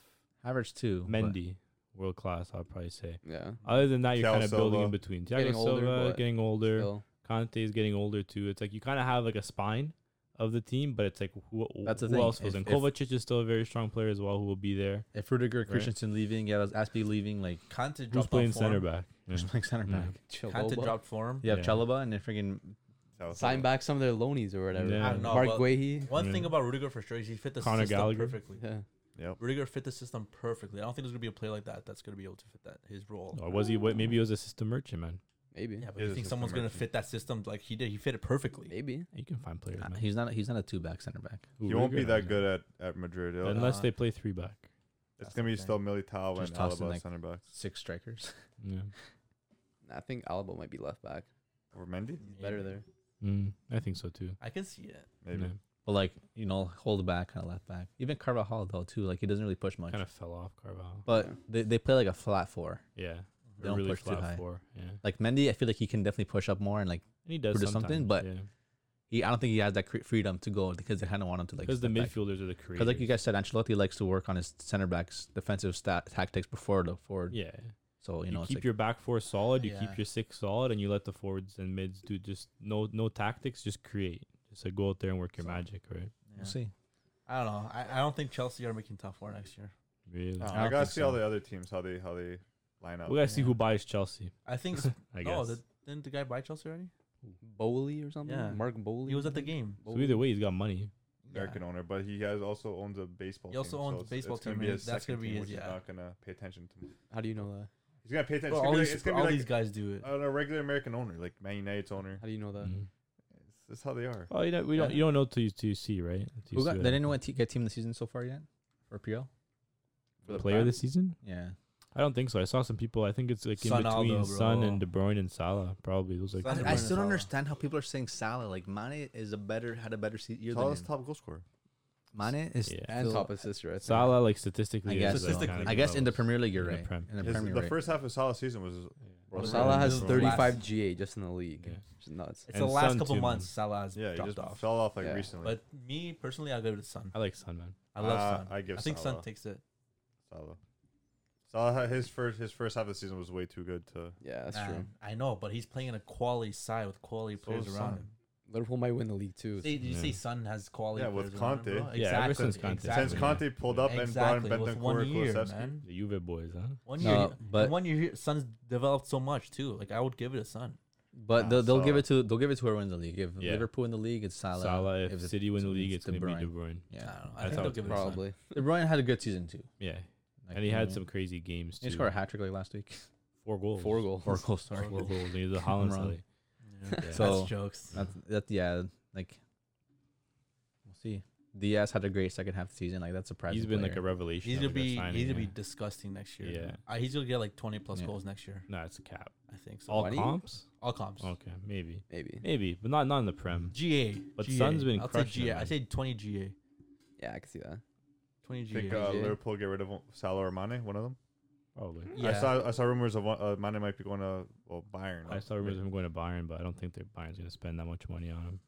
Havertz too. but- Mendy, world class. I'd probably say. Yeah. Other than that, you're Thiago kind of building Silva. in between. Thiago Getting older, Silva but getting older. Still. Conte is getting older too. It's like you kind of have like a spine of the team, but it's like who, That's the who thing. else was If- in? if- Kovacic is still a very strong player as well, who will be there. If Rudiger, Christensen leaving, yeah, Aspie leaving, like Conte dropped Who's off playing form. center back? Yeah. who's playing center Yeah. back. Conte Chaloba. dropped form. You have Yeah. Chalaba and then freaking So- Sign back some of their loanies or whatever. Yeah. I don't know, Mark but- Guehi. One Yeah. thing about Rudiger for sure is he fit the Conor system Gallagher. perfectly. Yeah. Yep. Rudiger fit the system perfectly. I don't think there's gonna be a player like that that's gonna be able to fit that his role. Or was he? What, maybe he was a system merchant, man. Maybe. Yeah, but Is you a think system someone's gonna merchant. fit that system like he did? He fit it perfectly. Maybe. You can find players. uh, Man. he's not. He's not a two back center back. Who He won't we're be gonna that have. good at, at Madrid. He'll- Then- unless Uh, they play three back. it's gonna be That's the still Militao Just and toss in, Alaba like- center back. Six strikers. Yeah. I think Alba might be left back. Or Mendy, He's better there. Mm, I think so too. I can see it. maybe. But like you know, hold back, kind of left back. Even Carvajal though too. Like he doesn't really push much. Kind of fell off Carvalho. But Yeah. they, they play like a flat four. yeah. They don't push too flat high. Four. Yeah. And Like Mendy, I feel like he can definitely push up more and like he does Produce something, sometimes, but- yeah. he. I don't think he has that cre- freedom to go because they kind of want him to like. because the step back. midfielders are the creators. Because like you guys said, Ancelotti likes to work on his center backs' defensive stat- tactics before the forward. Yeah. So you You, know, it's keep like, your back four solid. You Yeah. keep your six solid, and you let the forwards and mids do just no no tactics. Just create. Just like go out there and work your So- magic, right? Yeah. we'll see. I don't know. I, I don't think Chelsea are making top four next year. Really. Uh, I I, don't gotta think see all so. the other teams how they how they line up. We gotta see Yeah. who buys Chelsea. I think. I guess. no, the, didn't the guy buy Chelsea already? Bowley or something. Yeah. Mark Bowley. He was at the game. so either way, he's got money. American owner, but he has also owns a baseball. He also team, owns so it's- baseball it's gonna team, Be and his that's second gonna be team, his- which is yeah. not gonna pay attention to. him. How do you know that? He's gonna pay attention. Bro, it's all gonna be these, like, it's all gonna be these like guys do it. on a regular American owner, like Man United's owner. How do you know Mm. that? Mhm. It's, that's how they are. Well, you know, we don't Yeah. you don't know till you, till you see, right? Till you Who see got, what did happens. anyone t- get team of the season so far yet? For PL? For the player back? this season? Yeah. I don't think so. I saw some people. I think it's like in Son between Aldo, Sun bro. and De Bruyne and Salah. Probably those like Son three. I- I still don't Salah. how people are saying Salah. Like Mane is a better had a better se- year Salah's top goal scorer. him. Mane is Yeah. And still- top assister. I think. Salah like statistically. I is, guess. like, so. Statistically. kinda I guess in the levels. Premier League, you're In the right. Prem. In the His- Premier the League. first half of Salah's season was Bro, Bro, Salah has this is 35 last- GA just in the league. Yeah. It's nuts. It's the And last Son couple too, months Salah has yeah, he dropped just off. fell off like Yeah. recently. But me personally, I go to Sun. I like Sun man. I love Uh, Sun. I give I think Sun Salah. takes it. Salah. Salah, his first his first half of the season was way too good to. Yeah, that's Nah, true. I know, but he's playing in a quality side with quality players is around Son. him. Liverpool might win the league too. Say, did you say Yeah. Sun has quality? Yeah, with players around him, Conte. bro? Yeah, ever since Conte. Since Exactly. Conte pulled up Exactly, and brought with in one Bentancourt, year, Kulusevski. man. The Juve boys, huh? One year, no, No, but- but one year, he- Sun's developed so much too. Like I would give it a Sun. But Nah, they'll, they'll give Salah. it to they'll give it to whoever wins the league. If Yeah. Liverpool win the league, it's Salah. Salah. If, it's- City win the league, it's, De gonna be De Bruyne. Bruyne. I Yeah. don't know. I That's think how they'll it give it a Sun. Probably. De Bruyne had a good season too. Yeah, Like, and he you had know, some crazy games too. He scored a hat trick like last week. four goals. Four goals. Four goals. Sorry. Four goals. He's a Holland wrong. Sally. Yeah. Yeah. So- That's jokes. That's that. Yeah, like we'll see. Diaz had a great second half of the season. Like that's surprising. he's been like a player. revelation. He's of, gonna like, that be signing, he's gonna yeah. be disgusting next year. Yeah. Uh, he's gonna get like twenty plus Yeah. goals next year. No, it's a cap. I think so. All Twenty? comps? All comps. Okay, maybe, Maybe. maybe, but not not in the prem. GA. But GA. Son's been I'll take crushing it, GA. I man. say twenty GA. Yeah, I can see that. Twenty GA. Think uh, Yeah. Liverpool get rid of Salah or Mane, one of them. Probably. yeah. I saw I saw rumors of one- uh, Mane might be going to well Bayern. I saw rumors of him going to Bayern, but I don't think that Bayern's going to spend that much money on him.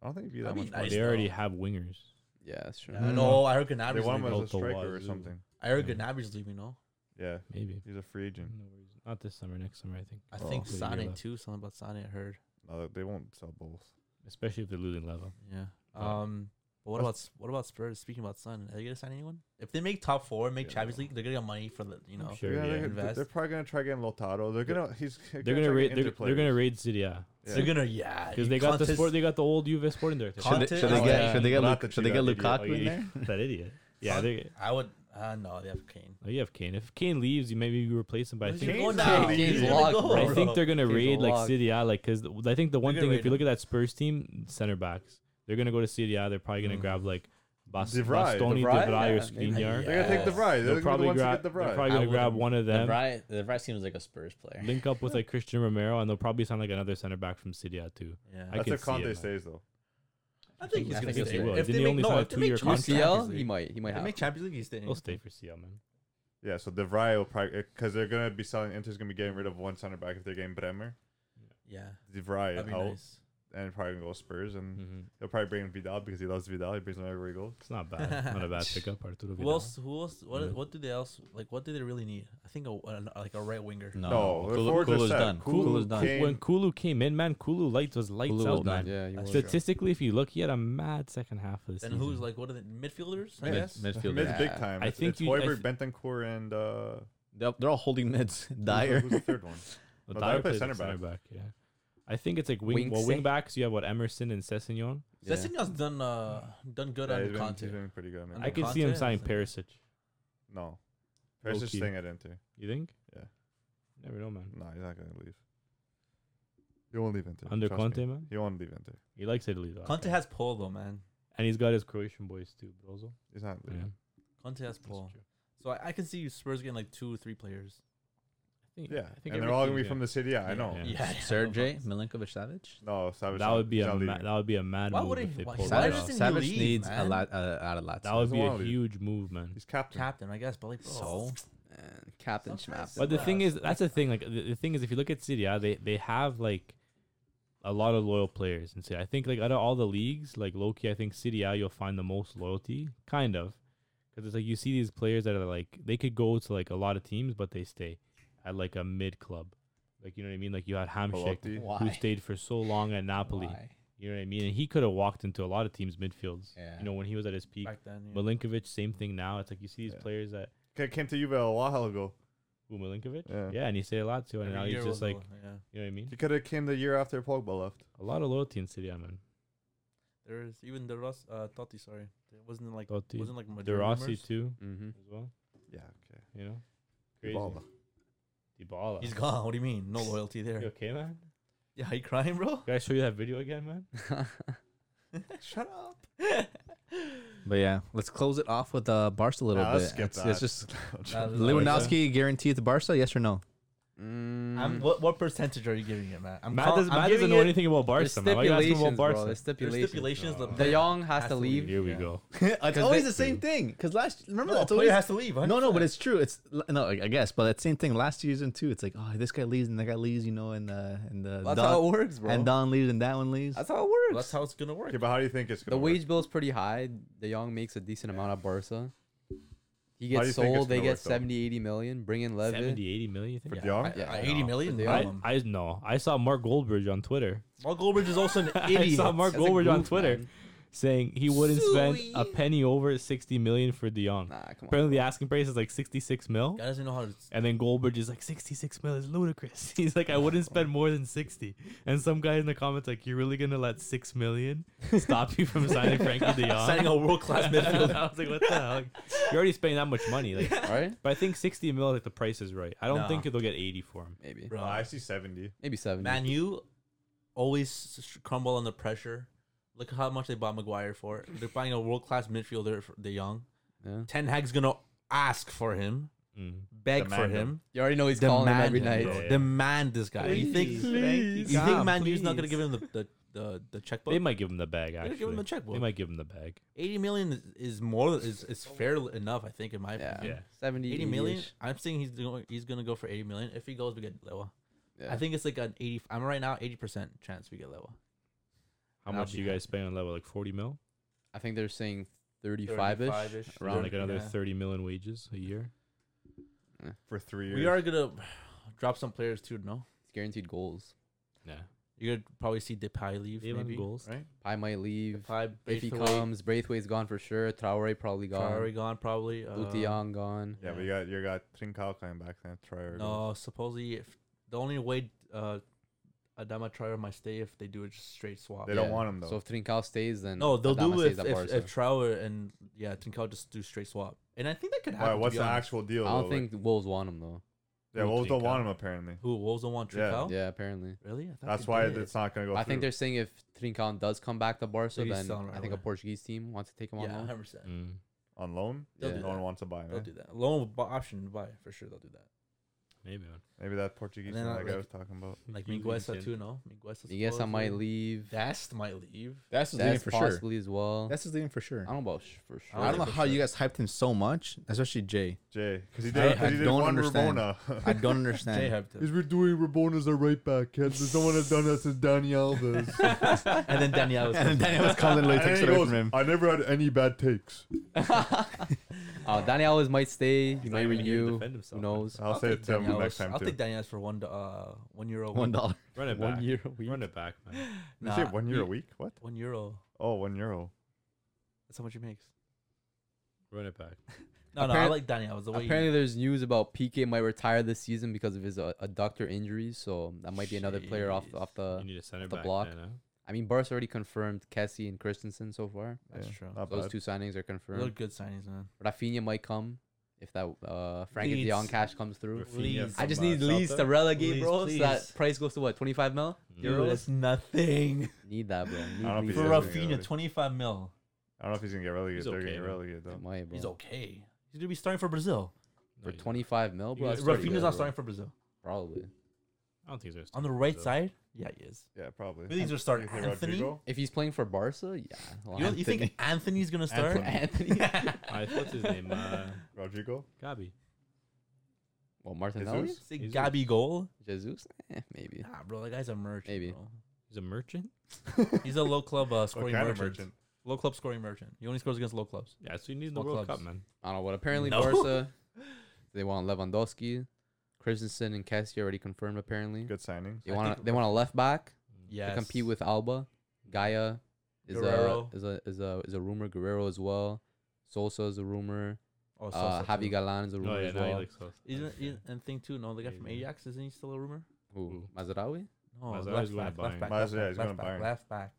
I don't think it'd be that That'd be much. Well, nice, they already though. have wingers. Yeah, that's true. Yeah, I know. I heard They Gnabry's want him leaving. as Alto a striker or Wazoo. something. I heard Yeah. Gnabry's leaving. No. Yeah, Maybe. he's a free agent. No worries. Not this summer, next summer, I think. I Oh, think okay, you're Sane left. too. Something about Sane I heard. No, they won't sell both. Especially if they're losing level. Yeah. Yeah. Um. But what about s- what about Spurs? Speaking about Sun, are they gonna sign anyone? If they make top four, make Yeah. Champions League, they're gonna get money for the you know. sure, yeah, yeah. they're, gonna- they're Invest. probably gonna try getting Lotado. They're gonna he's They're gonna raid. They're, they they're gonna raid City Yeah. They're gonna yeah because you they got the contest- sport. They got the old Juve sporting director. Should they- should, should they they get, Yeah. should they get, Not Lu- that should you they get Lukaku got idiot. Oh, in you- there? that idiot. Yeah, Fuck. they. I would. Uh, no, they have Kane. Oh, you have Kane. If Kane leaves, you maybe you replace him. But I Where's think, your goal Kane's now? gonna Kane's leave. locked, Goal, I bro. think they're gonna Kane's raid like locked. City. A, like because I think the one gonna thing, raid if you look him. at that Spurs team, center backs, they're gonna go to City. A. They're probably gonna Mm. grab like Bas- De Vrij. Bastoni, De De Vrij? Vrij, or Yeah, maybe. Skriniar. They're gonna take Yes. the Vry. They're They're gonna be probably the ones to gra- get the they're Vry. probably I gonna grab wouldn't. one of them. Devry, Devry seems like a Spurs player. link up with like Christian Romero, and they'll probably sign like another center back from City at too. Yeah. I That's can if see it, Conte man. stays though. I think he's I gonna think stay. they will. If Didn't they he make only no, sign a if they make two-year For contract? Champions CL, he League- might, he might if they have. make Champions League, he's staying. They'll stay for CL, man. Yeah, so De Vrij will probably because they're gonna be selling. Inter's gonna be getting rid of one center back if they're getting Bremer. Yeah, De Vrij that'd out be nice. and probably gonna go Spurs and hmm he'll probably bring in Vidal because he loves Vidal. He brings him everywhere he goes. It's not bad. not a bad pickup, Arturo Who Vidal. else? Who else? What? Mhm. What do they else like? What do they really need? I think a, an- like a right winger. No, the forwards are Kulu's set. done. Kulu, Kulu's done. Kane- When Kulu came in, man, Kulu light was lights Kulu was out, done. man. yeah, you That's want- true. Statistically, if you look, he had a mad second half of the Then season. who's like? What are the midfielders? I Mid- guess. Midfielder. Mid's big Yeah. time. I It's- think it's you- I Hoiberg, th- Bentancur, and uh, They're, they're all holding mids. Dyer. Who's the third one? Well, No, Dyer Dyer plays plays center at center back. Yeah, I think it's like wing. Wing well, se- wing backs. You have what Emerson and Sessignon. Yeah. Sessegnon's done uh done good Yeah, on he's the been, he's content. been pretty good. And the I could see him Conte, signing I Perisic. No, Perisic Low-key. staying at Inter. You think? Yeah. Never know, man. No, he's not gonna leave. He won't leave Inter. Under trust me. Conte, man. he won't leave Inter. He likes Italy though. I Conte think. has pull though, man. and he's got his Croatian boys too. Brozo. He's not Yeah. leaving. Conte has That's pull. true. So I, I can see Spurs getting like two or three players. I think, Yeah, I and think they're every all team's gonna be got- from the city. Yeah, I Yeah. know. Yeah. Sergey Milinkovic Savic. No, Savage. That would be he's a not ma- leaving. that would be a mad Why move wouldn't if he- they why- pulled why that Savic, doesn't off. he Savic leave, needs man? a lot uh, out of Lazio. That would be doesn't a wanna leave. huge move, man. He's captain. Captain, I guess, but like bro, So Man, Captain Sometimes- Schmapp. But the thing Yeah, is, that's the thing. Like the, the thing is, if you look at City, yeah, they they have like a lot of loyal players, and so I think like out of all the leagues, like Loki, I think City, yeah, you'll find the most loyalty, kind of, because it's like you see these players that are like they could go to like a lot of teams, but they stay at like a mid club, like you know what I mean. Like you had Hamshik, Belotti. Why? who stayed for so long at Napoli, Why? you know what I mean, and he could have walked into a lot of teams' midfields. Yeah. You know when he was at his peak, back then. Yeah. Milinkovic, same thing. Now it's like you see these Yeah. players that. Ca- Came to Juve a while ago. Who Milinkovic? Yeah. and he stayed a lot too, and Every now year he's just we'll like, go, yeah. you know what I mean? He could have came the year after Pogba left. A lot of loyalty in City, man. There is even the Ross uh Totti, sorry. There wasn't like Totti. wasn't like De Madrid Rossi rumors? too, Mm-hmm. as well. Yeah. Okay. You know, crazy. Dybala. Dybala. He's gone. What do you mean? No loyalty You there. okay, man? Yeah, you crying, bro? Can I show you that video again, man? Shut up. But yeah, let's close it off with uh, Barca a little Nah, bit. let's skip It's- it's that. just That is- Lewandowski guaranteed to Barca. Yes or no? Mm. I'm, what what percentage are you giving it, Matt? I'm Matt, call- does, I'm Matt giving doesn't know it- anything about Barca, man. Why you asking him bro. about Barca? There's there's stipulations. stipulations. the No. De player- Jong has, Has to to leave. Here we Yeah. go. it's 'Cause always they- the same thing. Cause last, remember No, that's a always player has to leave. no, no, but it's true. It's no, like, I guess, but at the same thing last season too. It's like, oh, this guy leaves and that guy leaves, you know, and uh, and uh, That's Don- how it works, bro. and Don leaves and that one leaves. That's how it works. that's how it's gonna work. Okay, but how do you think it's the gonna work? wage bill's pretty high. De Jong makes a decent amount of Barca. He How do gets you think it's sold. They gonna get work, though? 70, 80 million. Bring in Levy. 70, 80 million, you for think? De Jong? I- Yeah, I- 80 million Yeah. I, minimum. I no. I saw Mark Goldbridge on Twitter Mark Goldbridge is also an idiot. I saw Mark That's a Goldbridge on goof, Twitter man. saying he wouldn't spend Suey. a penny over 60 million for De Jong. Nah, come on. Apparently, the asking price is like 66 mil. Guy doesn't know how to. And then Goldberg is like, 66 mil is ludicrous. He's like, I Oh. wouldn't spend more than 60. And some guy in the comments like, you're really going to let 6 million stop you from signing Frankie de Jong? Signing a world-class midfielder. I was like, what the hell? Like, you're already spending that much money. Like, All right, But I think 60 mil, like, the price is right. I don't Nah. think they'll get 80 for him. maybe, Oh, I see seventy. maybe 70. Man, you always s- s- crumble under pressure. Look how much they bought Maguire for. They're buying a world class midfielder for De Young. Yeah. Ten Hag's gonna ask for him, Mm. beg for Demand him, You already know he's calling him demand every him, night. bro. Yeah. demand this guy. you think Please, Please, you think God, Man U's not please. gonna give him the the the, the checkbook? They might give him the bag, They're actually. gonna give him a checkbook. They might give him the bag. Eighty million is- is more is is fair enough, I think, in my Yeah. opinion. Yeah. 70, 80 million. 80-ish. I'm saying he's going. He's gonna go for 80 million. If he goes, we get Lewa. Yeah. I think it's like an 80. I'm right now 80 percent chance we get Lewa. How I'll much be do you guys spend on level? Like 40 mil? I think they're saying 35 ish. 35-ish. Around like another Yeah. 30 million wages a year? Yeah. for three years. We are gonna drop some players too. No, It's guaranteed goals. Yeah. you're gonna probably see Depay leave. Even maybe goals. right? Pai might leave. Depay, If he Braithwaite, comes, Braithwaite's gone for sure. Traore probably gone. Traore gone probably. Uh, Lutiang gone. Yeah, but you got you got Trincao coming back then. Traore. goes. No, supposedly if the only way uh, Adama Traore might stay if they do it just straight swap. They don't want him, though. So if Trincao stays, then No, they'll Adama do stays it if, at if, Barca. if Traore and yeah Trincao just do straight swap, and I think that could Why? happen. to what's be the honest. actual deal? I don't though? think the Wolves want him though. Like, yeah, Wolves don't want him apparently. who Wolves don't want Yeah. Trincao? Yeah, apparently. Really? I thought That's they why did. it's not gonna Oh. go. I think through. they're saying if Trincao does come back to Barca, Maybe he's then still on I think a Raiola. Portuguese team wants to take him yeah, on loan. hundred percent. Mm. on loan. They'll do no one that. wants to buy him. They'll eh? do that. Loan with bu- option to buy for sure. They'll do that. Maybe. Man. Maybe that Portuguese then, one uh, that guy like- was talking about. Like You leave Miguesa him. too. No, Miguesa. I guess I might supposedly. leave. Dest might leave. That's his leading That's for sure. possibly as well. That's his leading for sure. I don't know about sh- for sure. I don't know for how sure. you guys hyped him so much, especially Jay. Jay, because he I- did. I Because he did don't one understand. Rabona. I don't Jay understand. hyped him. we're doing Rabona's a right back. Can someone have done that since Danny Alves? and then Daniel was. and Daniel was calling And late then takes he it away goes, from him. I never had any bad takes. Uh, Dani Alves might stay. He not might even here to renew. defend Who himself. knows? I'll, say take it to him Daniel next Alves- time I'll too. take Daniel for one do- uh one euro. One dollar. Run it One back. year a week. Run it back, man. Did you say Nah, one he- euro a week? What? One euro. Oh, one euro. That's how much he makes. Run it back. No, no, I Apparent- like Daniel. The way Apparently, there's news about PK might retire this season because of his uh, adductor injury. So that might be another player off Jeez. off the. you need a center Uh, the back. block. then, huh? I mean, Barca already confirmed Kessie and Christensen so far. That's Yeah, true. Not Those bad. two signings are he, those are confirmed. good signings, man. Rafinha might come if that uh, Frankie Leeds. Dion cash comes through. Rafinha Please. I from, just uh, need Leeds to Celta? relegate, Leeds, bro. So that please. price goes to what, 25 mil? Mm. Euros? Dude, that's nothing Need that, bro. Need know Leeds to for if he's gonna relegate. get Rafinha. relegated. Twenty five mil. I don't know if he's gonna get relegated. He's They're okay, gonna get man. relegated though. Might, bro. He's okay. He's gonna be starting for Brazil. No, For he's not. 25 mil, bro. You that's guys- pretty Rafinha's Rafinha's good, not bro. starting for Brazil. Probably. I don't think there's On the right side, yeah, he is. Yeah, probably. Who do you think's gonna start? Anthony. You, If he's playing for Barca, yeah. Well, don't- you think Anthony's gonna start? Anthony. I, what's his name? Uh, Rodrigo. Gabi. well, Martinelli? Jesus? Say He's- Gabi goal? Jesus? Eh, maybe. Nah, bro, that guy's a merchant. Maybe. bro. He's a merchant. He's a low club uh, What scoring kind of merchant. merchant? Low club scoring merchant. He only scores against low clubs. Yeah, so you need in the Small World clubs. Cup, man. I don't know, but apparently No. Barca, they want Lewandowski, Christensen, and Kessie already confirmed, apparently. Good signing. They I want a, think- they want a left back Yes. to Mm. compete with uh, Alba. Gaia is a, Guerrero. is a is a is a rumor. Guerrero as well. Sosa is a rumor. Oh, Uh, Sosa Javi too. Galan is a rumor No, Oh, yeah, as no, he well. likes those. Isn't, isn't and thing too? No, the guy from Maybe. Ajax isn't he still a rumor? Who? Who? Mazraoui? No, Mazraoui's left going to back, left Bayern. back, Mazraoui, left yeah, back, left he's going back, Bayern. left back.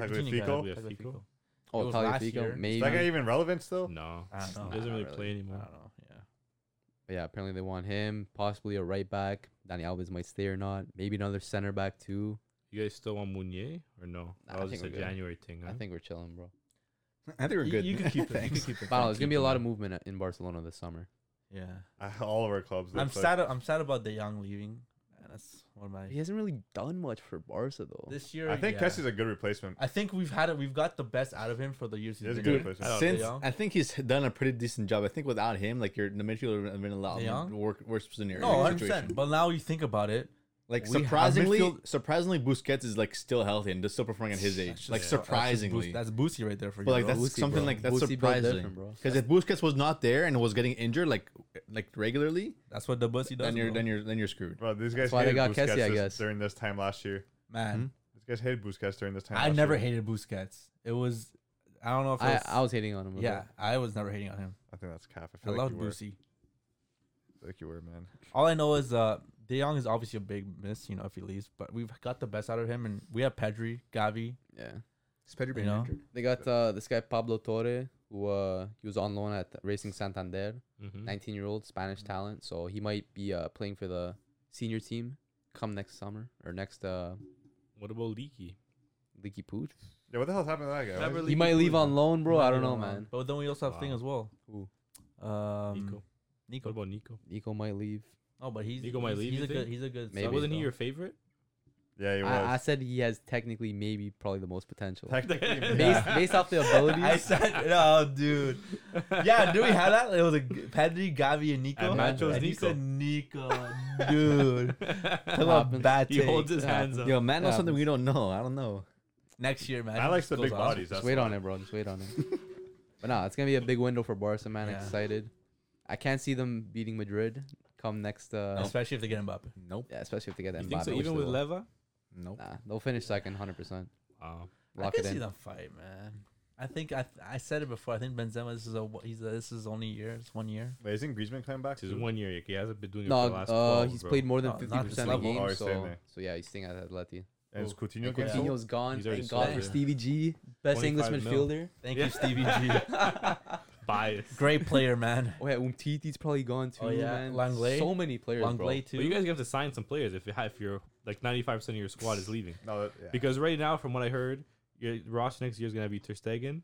Argentina Fico? guy, Tagliafico. Tagliafico. It Oh, was last year. Tagliafico, Is maybe. Is that guy even relevant still? No. I don't know. He doesn't Nah, Oh, really not play Ah, I anymore. don't know. Yeah. But yeah, apparently they want him, possibly a right back. Danny Alves might stay or not. Maybe another center back too. You guys still want Munier or no? Nah, that I was think just a we're good. January thing. I huh? think we're chilling, bro. I think we're You- good. You can keep it. You can Thanks. keep it. But I don't know, there's gonna be a keeping lot of movement at- in Barcelona this summer. Yeah. All of our clubs. I'm that's like- sad. I'm sad about the young leaving. And That's one of He my. hasn't really done much for Barca though. This year, I think yeah. Kessie's a good replacement. I think we've had it. We've got the best out of him for the years He he's is a been. good here. replacement. don't- Since De Jong? I think he's done a pretty decent job. I think without him, like your the midfield would have been a lot De Jong? worse, worse scenario. No, 100. situation. Oh, percent But now you think about it, Like We have surprisingly, midfield- surprisingly, Busquets is like still healthy and just still performing at his That's age. just- uh, Like that's just Bus- surprisingly, that's Boosie right there for you. but like bro. that's Bussi, something bro. like that's Bussi built surprising. different, bro. Because if Busquets was not there and was getting injured like like regularly, that's what the Boosie does. then you're bro. then you're then you're screwed. Bro, these guys why they hated got Busquets Kessie, I this- guess. during this time last year. man. Mm-hmm. These guys hated Busquets during this time. I last never year. hated Busquets. It was, I don't know if it I, was, I was hating on him. a bit. yeah, I was never hating on him. I think that's calf. I I feel like loved you were. I Boosie. feel like you were, man. All I know is uh, De Jong is obviously a big miss, you know, if he leaves. But we've got the best out of him, and we have Pedri, Gavi. yeah. Is Pedri being know? injured? They got uh, this guy Pablo Torre, who uh, he was on loan at Racing Santander, Mhm. 19 year old Spanish talent. So he might be uh, playing for the senior team come next summer or next uh, What about Leaky? Leaky Pooch. Yeah, what the hell's happened to that guy? Why Never is- leave He might leave on loan, bro. I don't know, man. um, But then we also have thing Wow. as well. Who? Um, Nico. Nico. What about Nico? Nico might leave. Oh, but he's Nico might he's, leave, He's you a good. think? He's a good. Maybe, so sub. wasn't he though. your favorite? Yeah, he was. I, I said he has technically, maybe, probably the most potential. Technically, man. Based, based off the abilities, I said no, dude. Yeah, do we have that? It was a g- Pedri, Gavi, and Nico. And Nacho's and you Nico. said Nico, dude. Come on, Happens. bad He holds take. his Yeah. hands up. Yo, man, knows Yeah. something we don't know. I don't know. Next year, man. I like the Goes big on. bodies. just That's wait why. on it, bro. Just wait on it. but nah, it's gonna be a big window for Barca, man. Yeah. Excited. I can't see them beating Madrid come next. Uh, especially if they get Mbappe. Nope. Yeah, especially if they get that. You think Mbappe, so? which Even they with will. Leva? Nope. Nah, they'll finish second, hundred percent. Wow. Lock I it can see in. them fight, man. I think I I said it before. I think Benzema. This is a he's a, this is only year. It's one year. Wait, isn't Griezmann coming back? This is too? one year. He hasn't been doing it No, for the last uh, 12, he's bro. played more than No, fifty not this percent of the level. Oh, game. he's staying So, there. so yeah, he's staying at Atleti. And is Oh, Coutinho and getting out? Coutinho's gone. He's already Thank God sold, for yeah. Stevie G, best English 25 mil. midfielder. Thank you, Stevie G. bias. Great player, man. Oh yeah, Umtiti's probably gone too. Oh, yeah, man. Langley. So many players, Longley But you too. guys have to sign some players if you have, if you're like 95% of your squad is leaving. No, that, yeah. Because right now, from what I heard, your Ross next year is going to be Ter Stegen,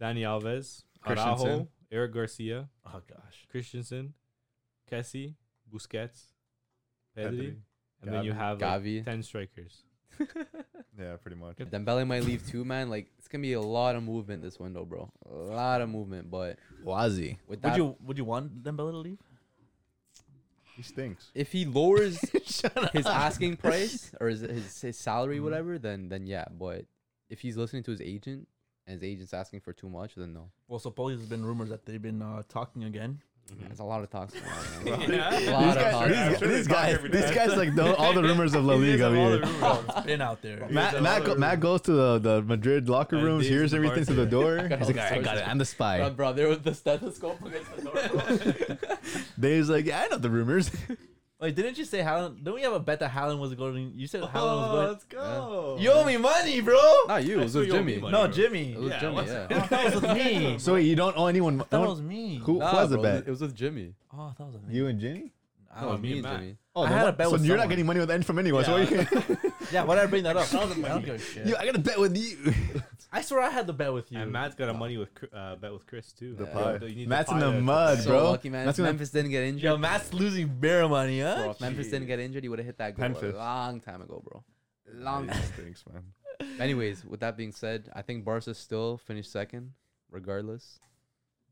Dani Alves, Araujo, Christensen. Eric Garcia, Oh gosh. Christensen, Kessie, Busquets, Pedri, Pedri. and then you Gavi. have bro. like, Gavi. 10 strikers. yeah, pretty much. Dembele might leave too, man. Like it's gonna be a lot of movement this window, bro. A lot of movement, but Wazi. with Would that, you would you want Dembele to leave? He stinks. if he lowers his asking price or his his, his Mm-hmm. salary, whatever, then then yeah. But if he's listening to his agent and his agent's asking for too much, then no. Well, supposedly there's been rumors that they've been uh, talking again. Mm. There's a lot of talks. Going on, man. Yeah. A lot of guys- talks. going on. these This guys- they talk guy, every this day. guy's like the, all the rumors of La Liga. here. Bro, it's been out there. Matt, Matt, go, Matt goes to the, the Madrid locker And rooms, these hears the everything to the door. He's like, I got it. I'm Bro, the spy. bro, there was the stethoscope against the door. bro. Dave's like, yeah, I know the rumors. Wait, didn't you say Haaland? Don't we have a bet that Haaland was going? You said Haaland was Oh, going. let's go. You owe me money, bro. Not you. It was still with owe me Jimmy. money. No, bro. Jimmy. It was Yeah, Jimmy. what's- Yeah. Oh, I thought it was with me. so you don't owe anyone. that don't- was me. who Nah, was the bro, bet? It was with Jimmy. Oh, that was with me. You and Jimmy? No, I don't it know. was me me and and Matt. Jimmy. Oh, I then had what- a bet so with you're not someone. getting money with from anyone. So Yeah. what you- Yeah, why did I bring that up? I don't give a shit. you, I got a bet with you. I swear I had the bet with you. And Matt's got a money with Chr- uh, bet with Chris too. The Yeah. pie. You need Matt's in pie the to- mud, So bro. lucky, man. That's if when- Memphis didn't get injured. Yo, Matt's losing bear money, huh? bro, if Memphis didn't get injured, he would have hit that goal Memphis. a long time ago, bro. Long. Yeah, he stinks, man. Anyways, with that being said, I think Barca still finished second, regardless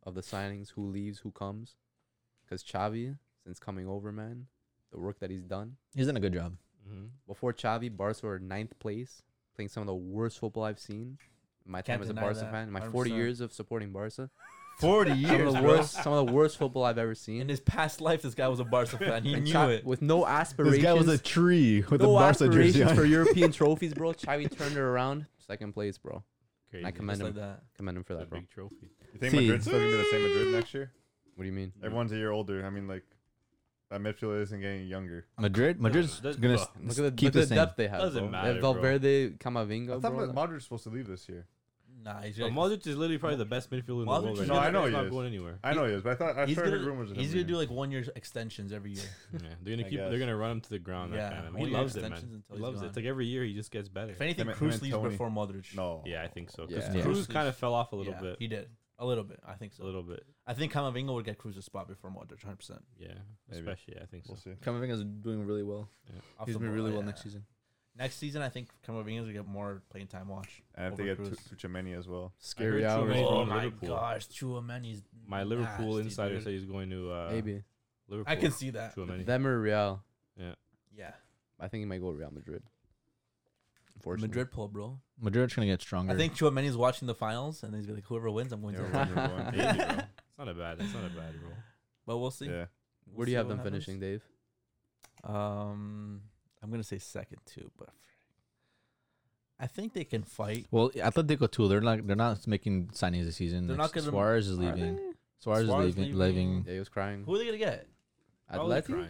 of the signings, who leaves, who comes. Because Xavi, since coming over, man, the work that he's done. He's done a good job. Mhm. Before Xavi, Barca were ninth place, playing some of the worst football I've seen. in My time Can't as a deny Barca that, fan, my 40 100%. years of supporting Barca, Forty some of years, the bro. worst, some of the worst football I've ever In seen. his past life, this guy was a Barca fan. He And knew Xavi- it. with no This aspirations. guy was a tree with no a Barca jersey aspirations on. for European trophies, bro. Chavi turned it around, second place, bro. Crazy. I Just commend like him. that. Commend him for It's a that, bro. big trophy. You think See. Madrid's still gonna be the same Madrid next year? What do you mean? Mm. Everyone's a year older. I mean, like that midfield isn't getting younger. Madrid? Madrid's that's- gonna bro, Look at the, keep look at the the same. depth they have. Doesn't bro. matter, they have bro. Valverde, I Camavinga, thought bro. Ma- Modric's supposed to leave this year. Nah, he's But Modric is literally probably the best midfielder in the Modric world. is Right No, now. I know He's he not is. going anywhere. I know he is, but I thought I he's started gonna, heard rumors. of he's him gonna do like one year extensions every year. Yeah, they're gonna I keep. They're guess. gonna run him to the ground. Yeah, that kind of Oh, man. one He year loves it, extensions man. until He he's loves it. gone. It's like every year he just gets better. If anything, Him and- him Cruz and leaves Tony. before Modric. no. Yeah, I think so. Yeah. Because Yeah. Cruz kind of fell off a little yeah, bit. he did a little bit. I think A so. little bit. I think Kamavinga would get Cruz's spot before Modric, 100. percent Yeah, Maybe. especially I think so. We'll see. Camavinga's doing really well. He's doing really well next season. Next season, I think Kamavinga's gonna get more playing time. Watch. And if they Over get Cruz. Tuchemeni as well, Scary I heard hours. Chouameni- bro. going Oh to my Liverpool. gosh, Chouamani's My Liverpool nasty, insider dude. said he's going to uh, Maybe Liverpool. I can see that. Tchouameni. them or Real. Yeah, I think he might go Real Madrid. Unfortunately, Madrid pull, bro. Madrid's gonna get stronger. I think Chouamani's watching the finals, and he's gonna be like, whoever wins, I'm going Yeah, to. we're winning, we're winning. Maybe, bro. It's not a bad. It's not a bad role. But we'll see. yeah. Where do you have them finishing, Dave? Um, I'm gonna say second too, but I think they can fight. Well, Atletico too. They're not. They're not making signings this season. They're not They're not gonna- Suarez is Are leaving. they? Suarez, Suarez is leaving. leaving. Leaving. Yeah, he was crying. Who are they gonna get? Probably Atleti? Cruyff.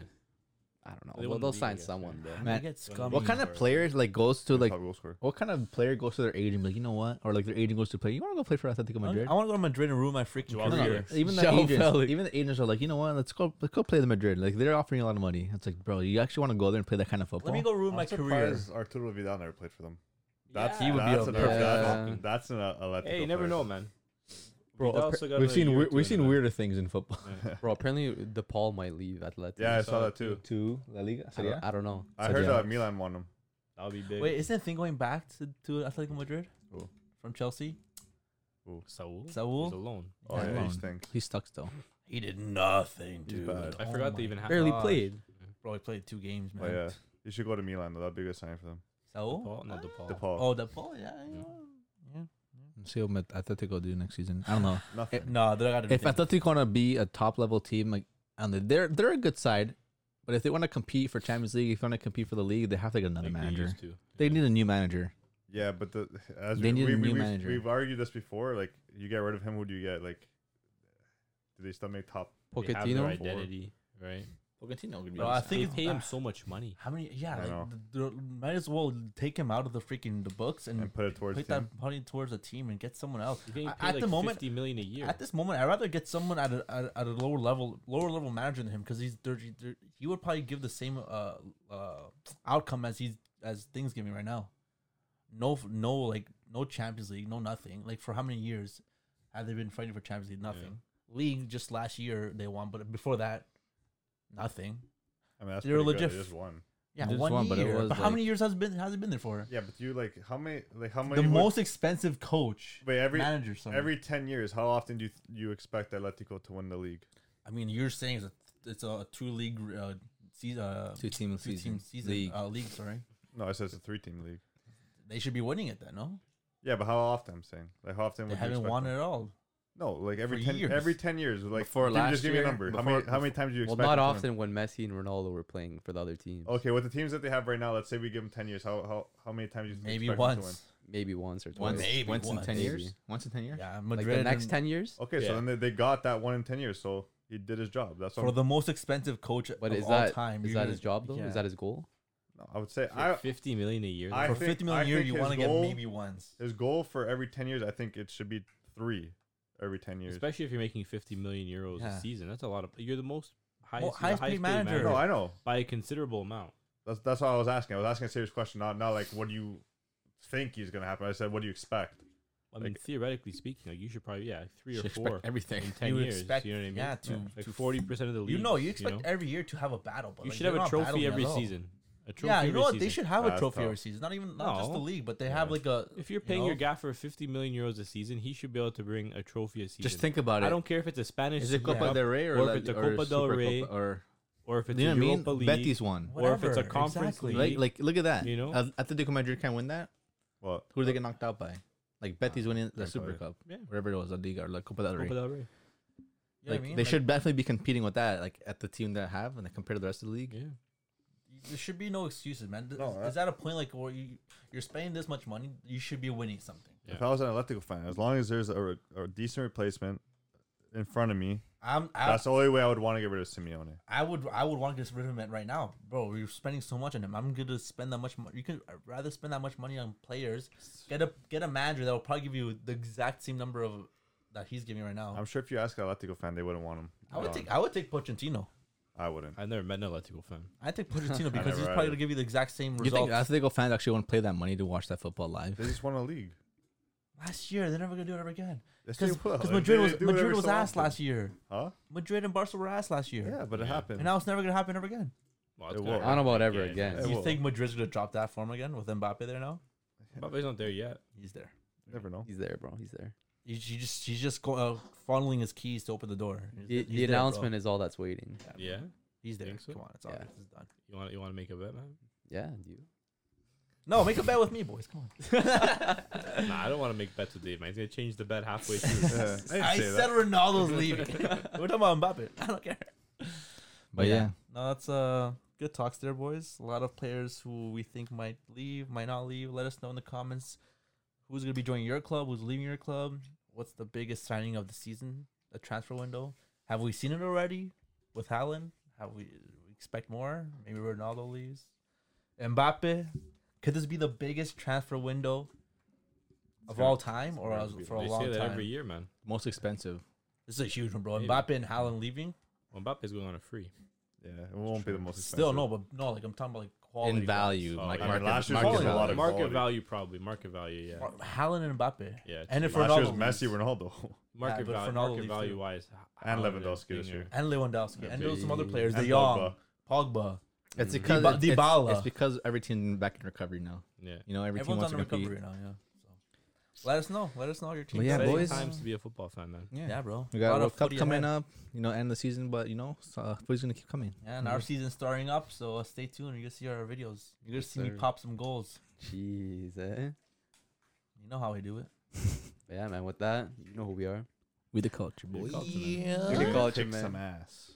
I don't know. They well, won the they'll league, I sign guess, someone, right? bro. They Man, get what scummy. What kind of Suarez. player like goes to He's like? top goal scorer. What kind of player goes to their agent? Like you know what? Or like their agent goes to play. You want to go play for Atletico I Madrid? want to go to Madrid and ruin my freaking Joao No, no, career. Felix. Even the Joao agents, Felix. even the agents are like, you know what? Let's go. Let's go play the Madrid. Like they're offering you a lot of money. It's like, bro, you actually want to go there and play that kind of football? Let me go ruin my I'm career. surprised Arturo Vidal never played for them. That's Yeah. He would be that's up an there. that's- Yeah. that's an Atletico. Hey, you never player. know, man. Bro, Vidal appar- still got we've another seen year or weir- two we've in seen him. weirder things in football. Bro, apparently DePaul might leave Atleti. Yeah, I Saw saw that that too. to La Liga. I don't, I don't know. I So, heard yeah. uh, Milan won him. That would be big. Wait, isn't that thing going back to, to Atletico Madrid Who? from Chelsea? Saul. He's Saul, alone. Oh Yeah. yeah, Milan. he stinks. He's stuck still. he did nothing, He's bad. I Oh forgot my they even had. Barely gosh. played. Bro, he played two games, man. Oh yeah, you should go to Milan. though. That'd be a good sign for them. Oh. Saul? Paul, not DePaul. DePaul. Oh, the Paul, yeah. yeah. see what Met- Atletico do next season. I don't know. Nothing. No, they got if Atletico want to be a top level team, like and they- they're they're a good side, but if they want to compete for Champions League, if they want to compete for the league, they have to get another manager. They need a new manager. Yeah, but the as They we, need a we, new we, we've, manager. we've argued this before. Like, you get rid of him, who do you get? Like, do they still make top? Pochettino. forward. identity, right? Pochettino would Bro, I think They it's pay him bad. so much money. How many? Yeah, I like, know. th- th- might as well take him out of the freaking the books and, And put it towards put the that team. money towards a team and get someone else. He's getting A- paid at like the moment, fifty million a year. At this moment, I'd rather get someone at a, at, at a lower level, lower level manager than him because he's dirty, dirty. He would probably give the same uh, uh, outcome as he's as things giving right now. No, f- no, like no Champions League, no nothing. Like for how many years have they been fighting for Champions League? Nothing. League just last year they won, but before that, nothing. I mean, that's They're pretty good. They legit- just won. Yeah, Just one, one, year. but it But, was how like- many years has it been has it been there for? Yeah, but you like how many? Like how many? the would- most expensive coach Wait, every manager. Somewhere. every ten years, how often do you, you expect Atletico to win the league? I mean, you're saying it's a, it's a two league uh, season, uh, Two team two season. team season League. Uh, league. Sorry, No, I said it's a three-team league. they should be winning it then. No, Yeah, but how often? I'm saying like how often they would you haven't expect won them? at all. No, like every For ten years. every ten years, like Before give, last just give me year, a number. how before- many how many times do you Well, not expect? them to win? often when Messi and Ronaldo were playing for the other teams. Oh. Okay, with the teams that they have right now, let's say we give them ten years. How how, how many times do you Maybe expect them to win? once. Maybe once or twice. Once, Maybe once in once. ten years. Maybe. Once in ten years. Yeah, Like Madrid. the next and- 10 years? Okay, Yeah. so then they, they got that one in ten years, so he did his job. That's what for I'm- the most expensive coach But of is all that, time. is that you're gonna- his job, though? yeah. Is that his goal? no, I would say For I fifty million a year. I for think- fifty million I a year? think You his want to get goal- maybe once. his goal for every ten years. I think it should be three every ten years. especially if you're making fifty million euros Yeah. a season. That's a lot of. You're the most highest, Well, you're the highest paid highest paid manager. manager No, I know. by a considerable amount. That's that's all I was asking. I was asking a serious question, not not like what do you think is gonna happen. I said what do you expect? I mean, Like- theoretically speking, like you should probably yeah, like three or Should expect four everything. in ten You would years. expect- you know what I mean? yeah, to- like to- forty percent of the league. You know, you expect know? every year to have a battle. But You like, should they're have not a battling trophy at every all. season. A trophy Yeah, you every know what? season. They should have a That's trophy tough. every season. Not even not just the No. league, but they Yeah, have that's like a. If you're you paying your know? gaffer 50 million euros a season, he should be able to bring a trophy a season. Just think about it. I don't care if it's a Spanish Is it Super Copa Cup, del Rey or, or if La- it's a or Copa del Super Rey, Copa or or if it's you know a what I mean? Europa League, Betis won. or if it's a Whatever, Conference exactly. League. Like, like look at that. You know? At- Atletico Madrid can't win that. Well, Who do they get knocked out by? Like Betis winning the Can't tell Super you. Cup, Ah, Yeah. whatever it was, La Liga or La Copa del Rey. Copa del Rey. You know what Like I mean? they Like, should definitely be competing with that, like at the team that I have, and then compared to the rest of the league. Yeah. There should be no excuses, man. Th- No, is, I- that a point like where you you're spending this much money, you should be winning something? if I was an Atletico fan, as long as there's a, re- a decent replacement in front of me, I'm I, that's the only way I would want to get rid of Simeone. I would I would want to get rid of him right now, bro. You're spending so much on him. I'm gonna spend that much. Mo- you could rather spend that much money on players. Get a get a manager that will probably give you the exact same number of that he's giving right now. I'm sure if you ask an Atletico fan, they wouldn't want him. Oh. i would gone. take I would take Pochettino. I wouldn't. I've never met an Atletico fan. I take Pochettino because he's never probably either. gonna give you the exact same You result. think Atletico fans actually want to play that money to watch that football They live? just won a league. Last year they're never gonna do it ever again Yes, they because will. They- Madrid they was do it every Madrid was so ass often. last year. Huh? Madrid and Barcelona were ass last year, Yeah, but it Yeah. happened. and now it's never gonna happen ever again. Well, It it's will. gonna I don't know about happen ever again. again. Yeah. you well- think Madrid's gonna drop that form again with Mbappe there now? Mbappe's not there yet. He's there. Never know. He's there, bro. He's there. He's he just he's just go, uh, funneling his keys to open the door. He's, The, he's the there, bro. announcement is all that's waiting. Yeah. he's there. Think so? Come on, it's Yeah. obvious. It's done. You want you want to make a bet, man? Yeah, dude. No, make a bet with me, boys. Come on. nah, I don't want to make bets with Dave, man. He's gonna change the bet halfway through. Yeah, I, I say said that. Ronaldo's leaving. We're talking about Mbappe. I don't care. But yeah, No, that's uh good talks there, boys. A lot of players who we think might leave, might not leave. Let us know in the comments who's gonna be joining your club, who's leaving your club, what's the biggest signing of the season, the transfer window. Have we seen it already with Haaland? Have we we expect more? Maybe Ronaldo leaves. Mbappe. Could this be the biggest transfer window of all time or as- for a they say long that time? every year, man. most expensive. This is a huge one, bro. Maybe. Mbappe and Haaland leaving. Mbappe's going on a free. Yeah, it won't be the most expensive. Still no, but no, like I'm talking about like quality. In value, Oh, like yeah. market, Last year's market was a lot value. of Market quality. value, probably market value. Yeah. Mar- Haaland and Mbappe. Yeah, and if it's Last year's Ronaldo Messi, leaves. Ronaldo. Market but value, Ronaldo market leaves too. value wise, And Lewandowski this year. and Lewandowski Yeah, and there was some other Bale. players, De And Jong, Pogba. Pogba. It's Mm. because Diba- it's- it's- Dybala. It's because every team back in recovery now. Yeah. You know, every Everyone's on team the wants to recovery compete. now. Yeah. So let us know. Let us know your team. yeah, Exciting boys. Times to be a football fan, man. Yeah. Yeah, bro. We A got lot World of Cup footy coming ahead. up, you know, end of the season, but you know, so, uh, football's gonna keep coming. And our season's starting up, so uh, stay tuned. You're gonna see our videos. You're gonna Yes, see me sir. pop some goals. Jeez, eh? You know how we do it. But yeah, man. With that, you know who we are. We the culture, boy. You're We the gonna culture, kick man. some ass.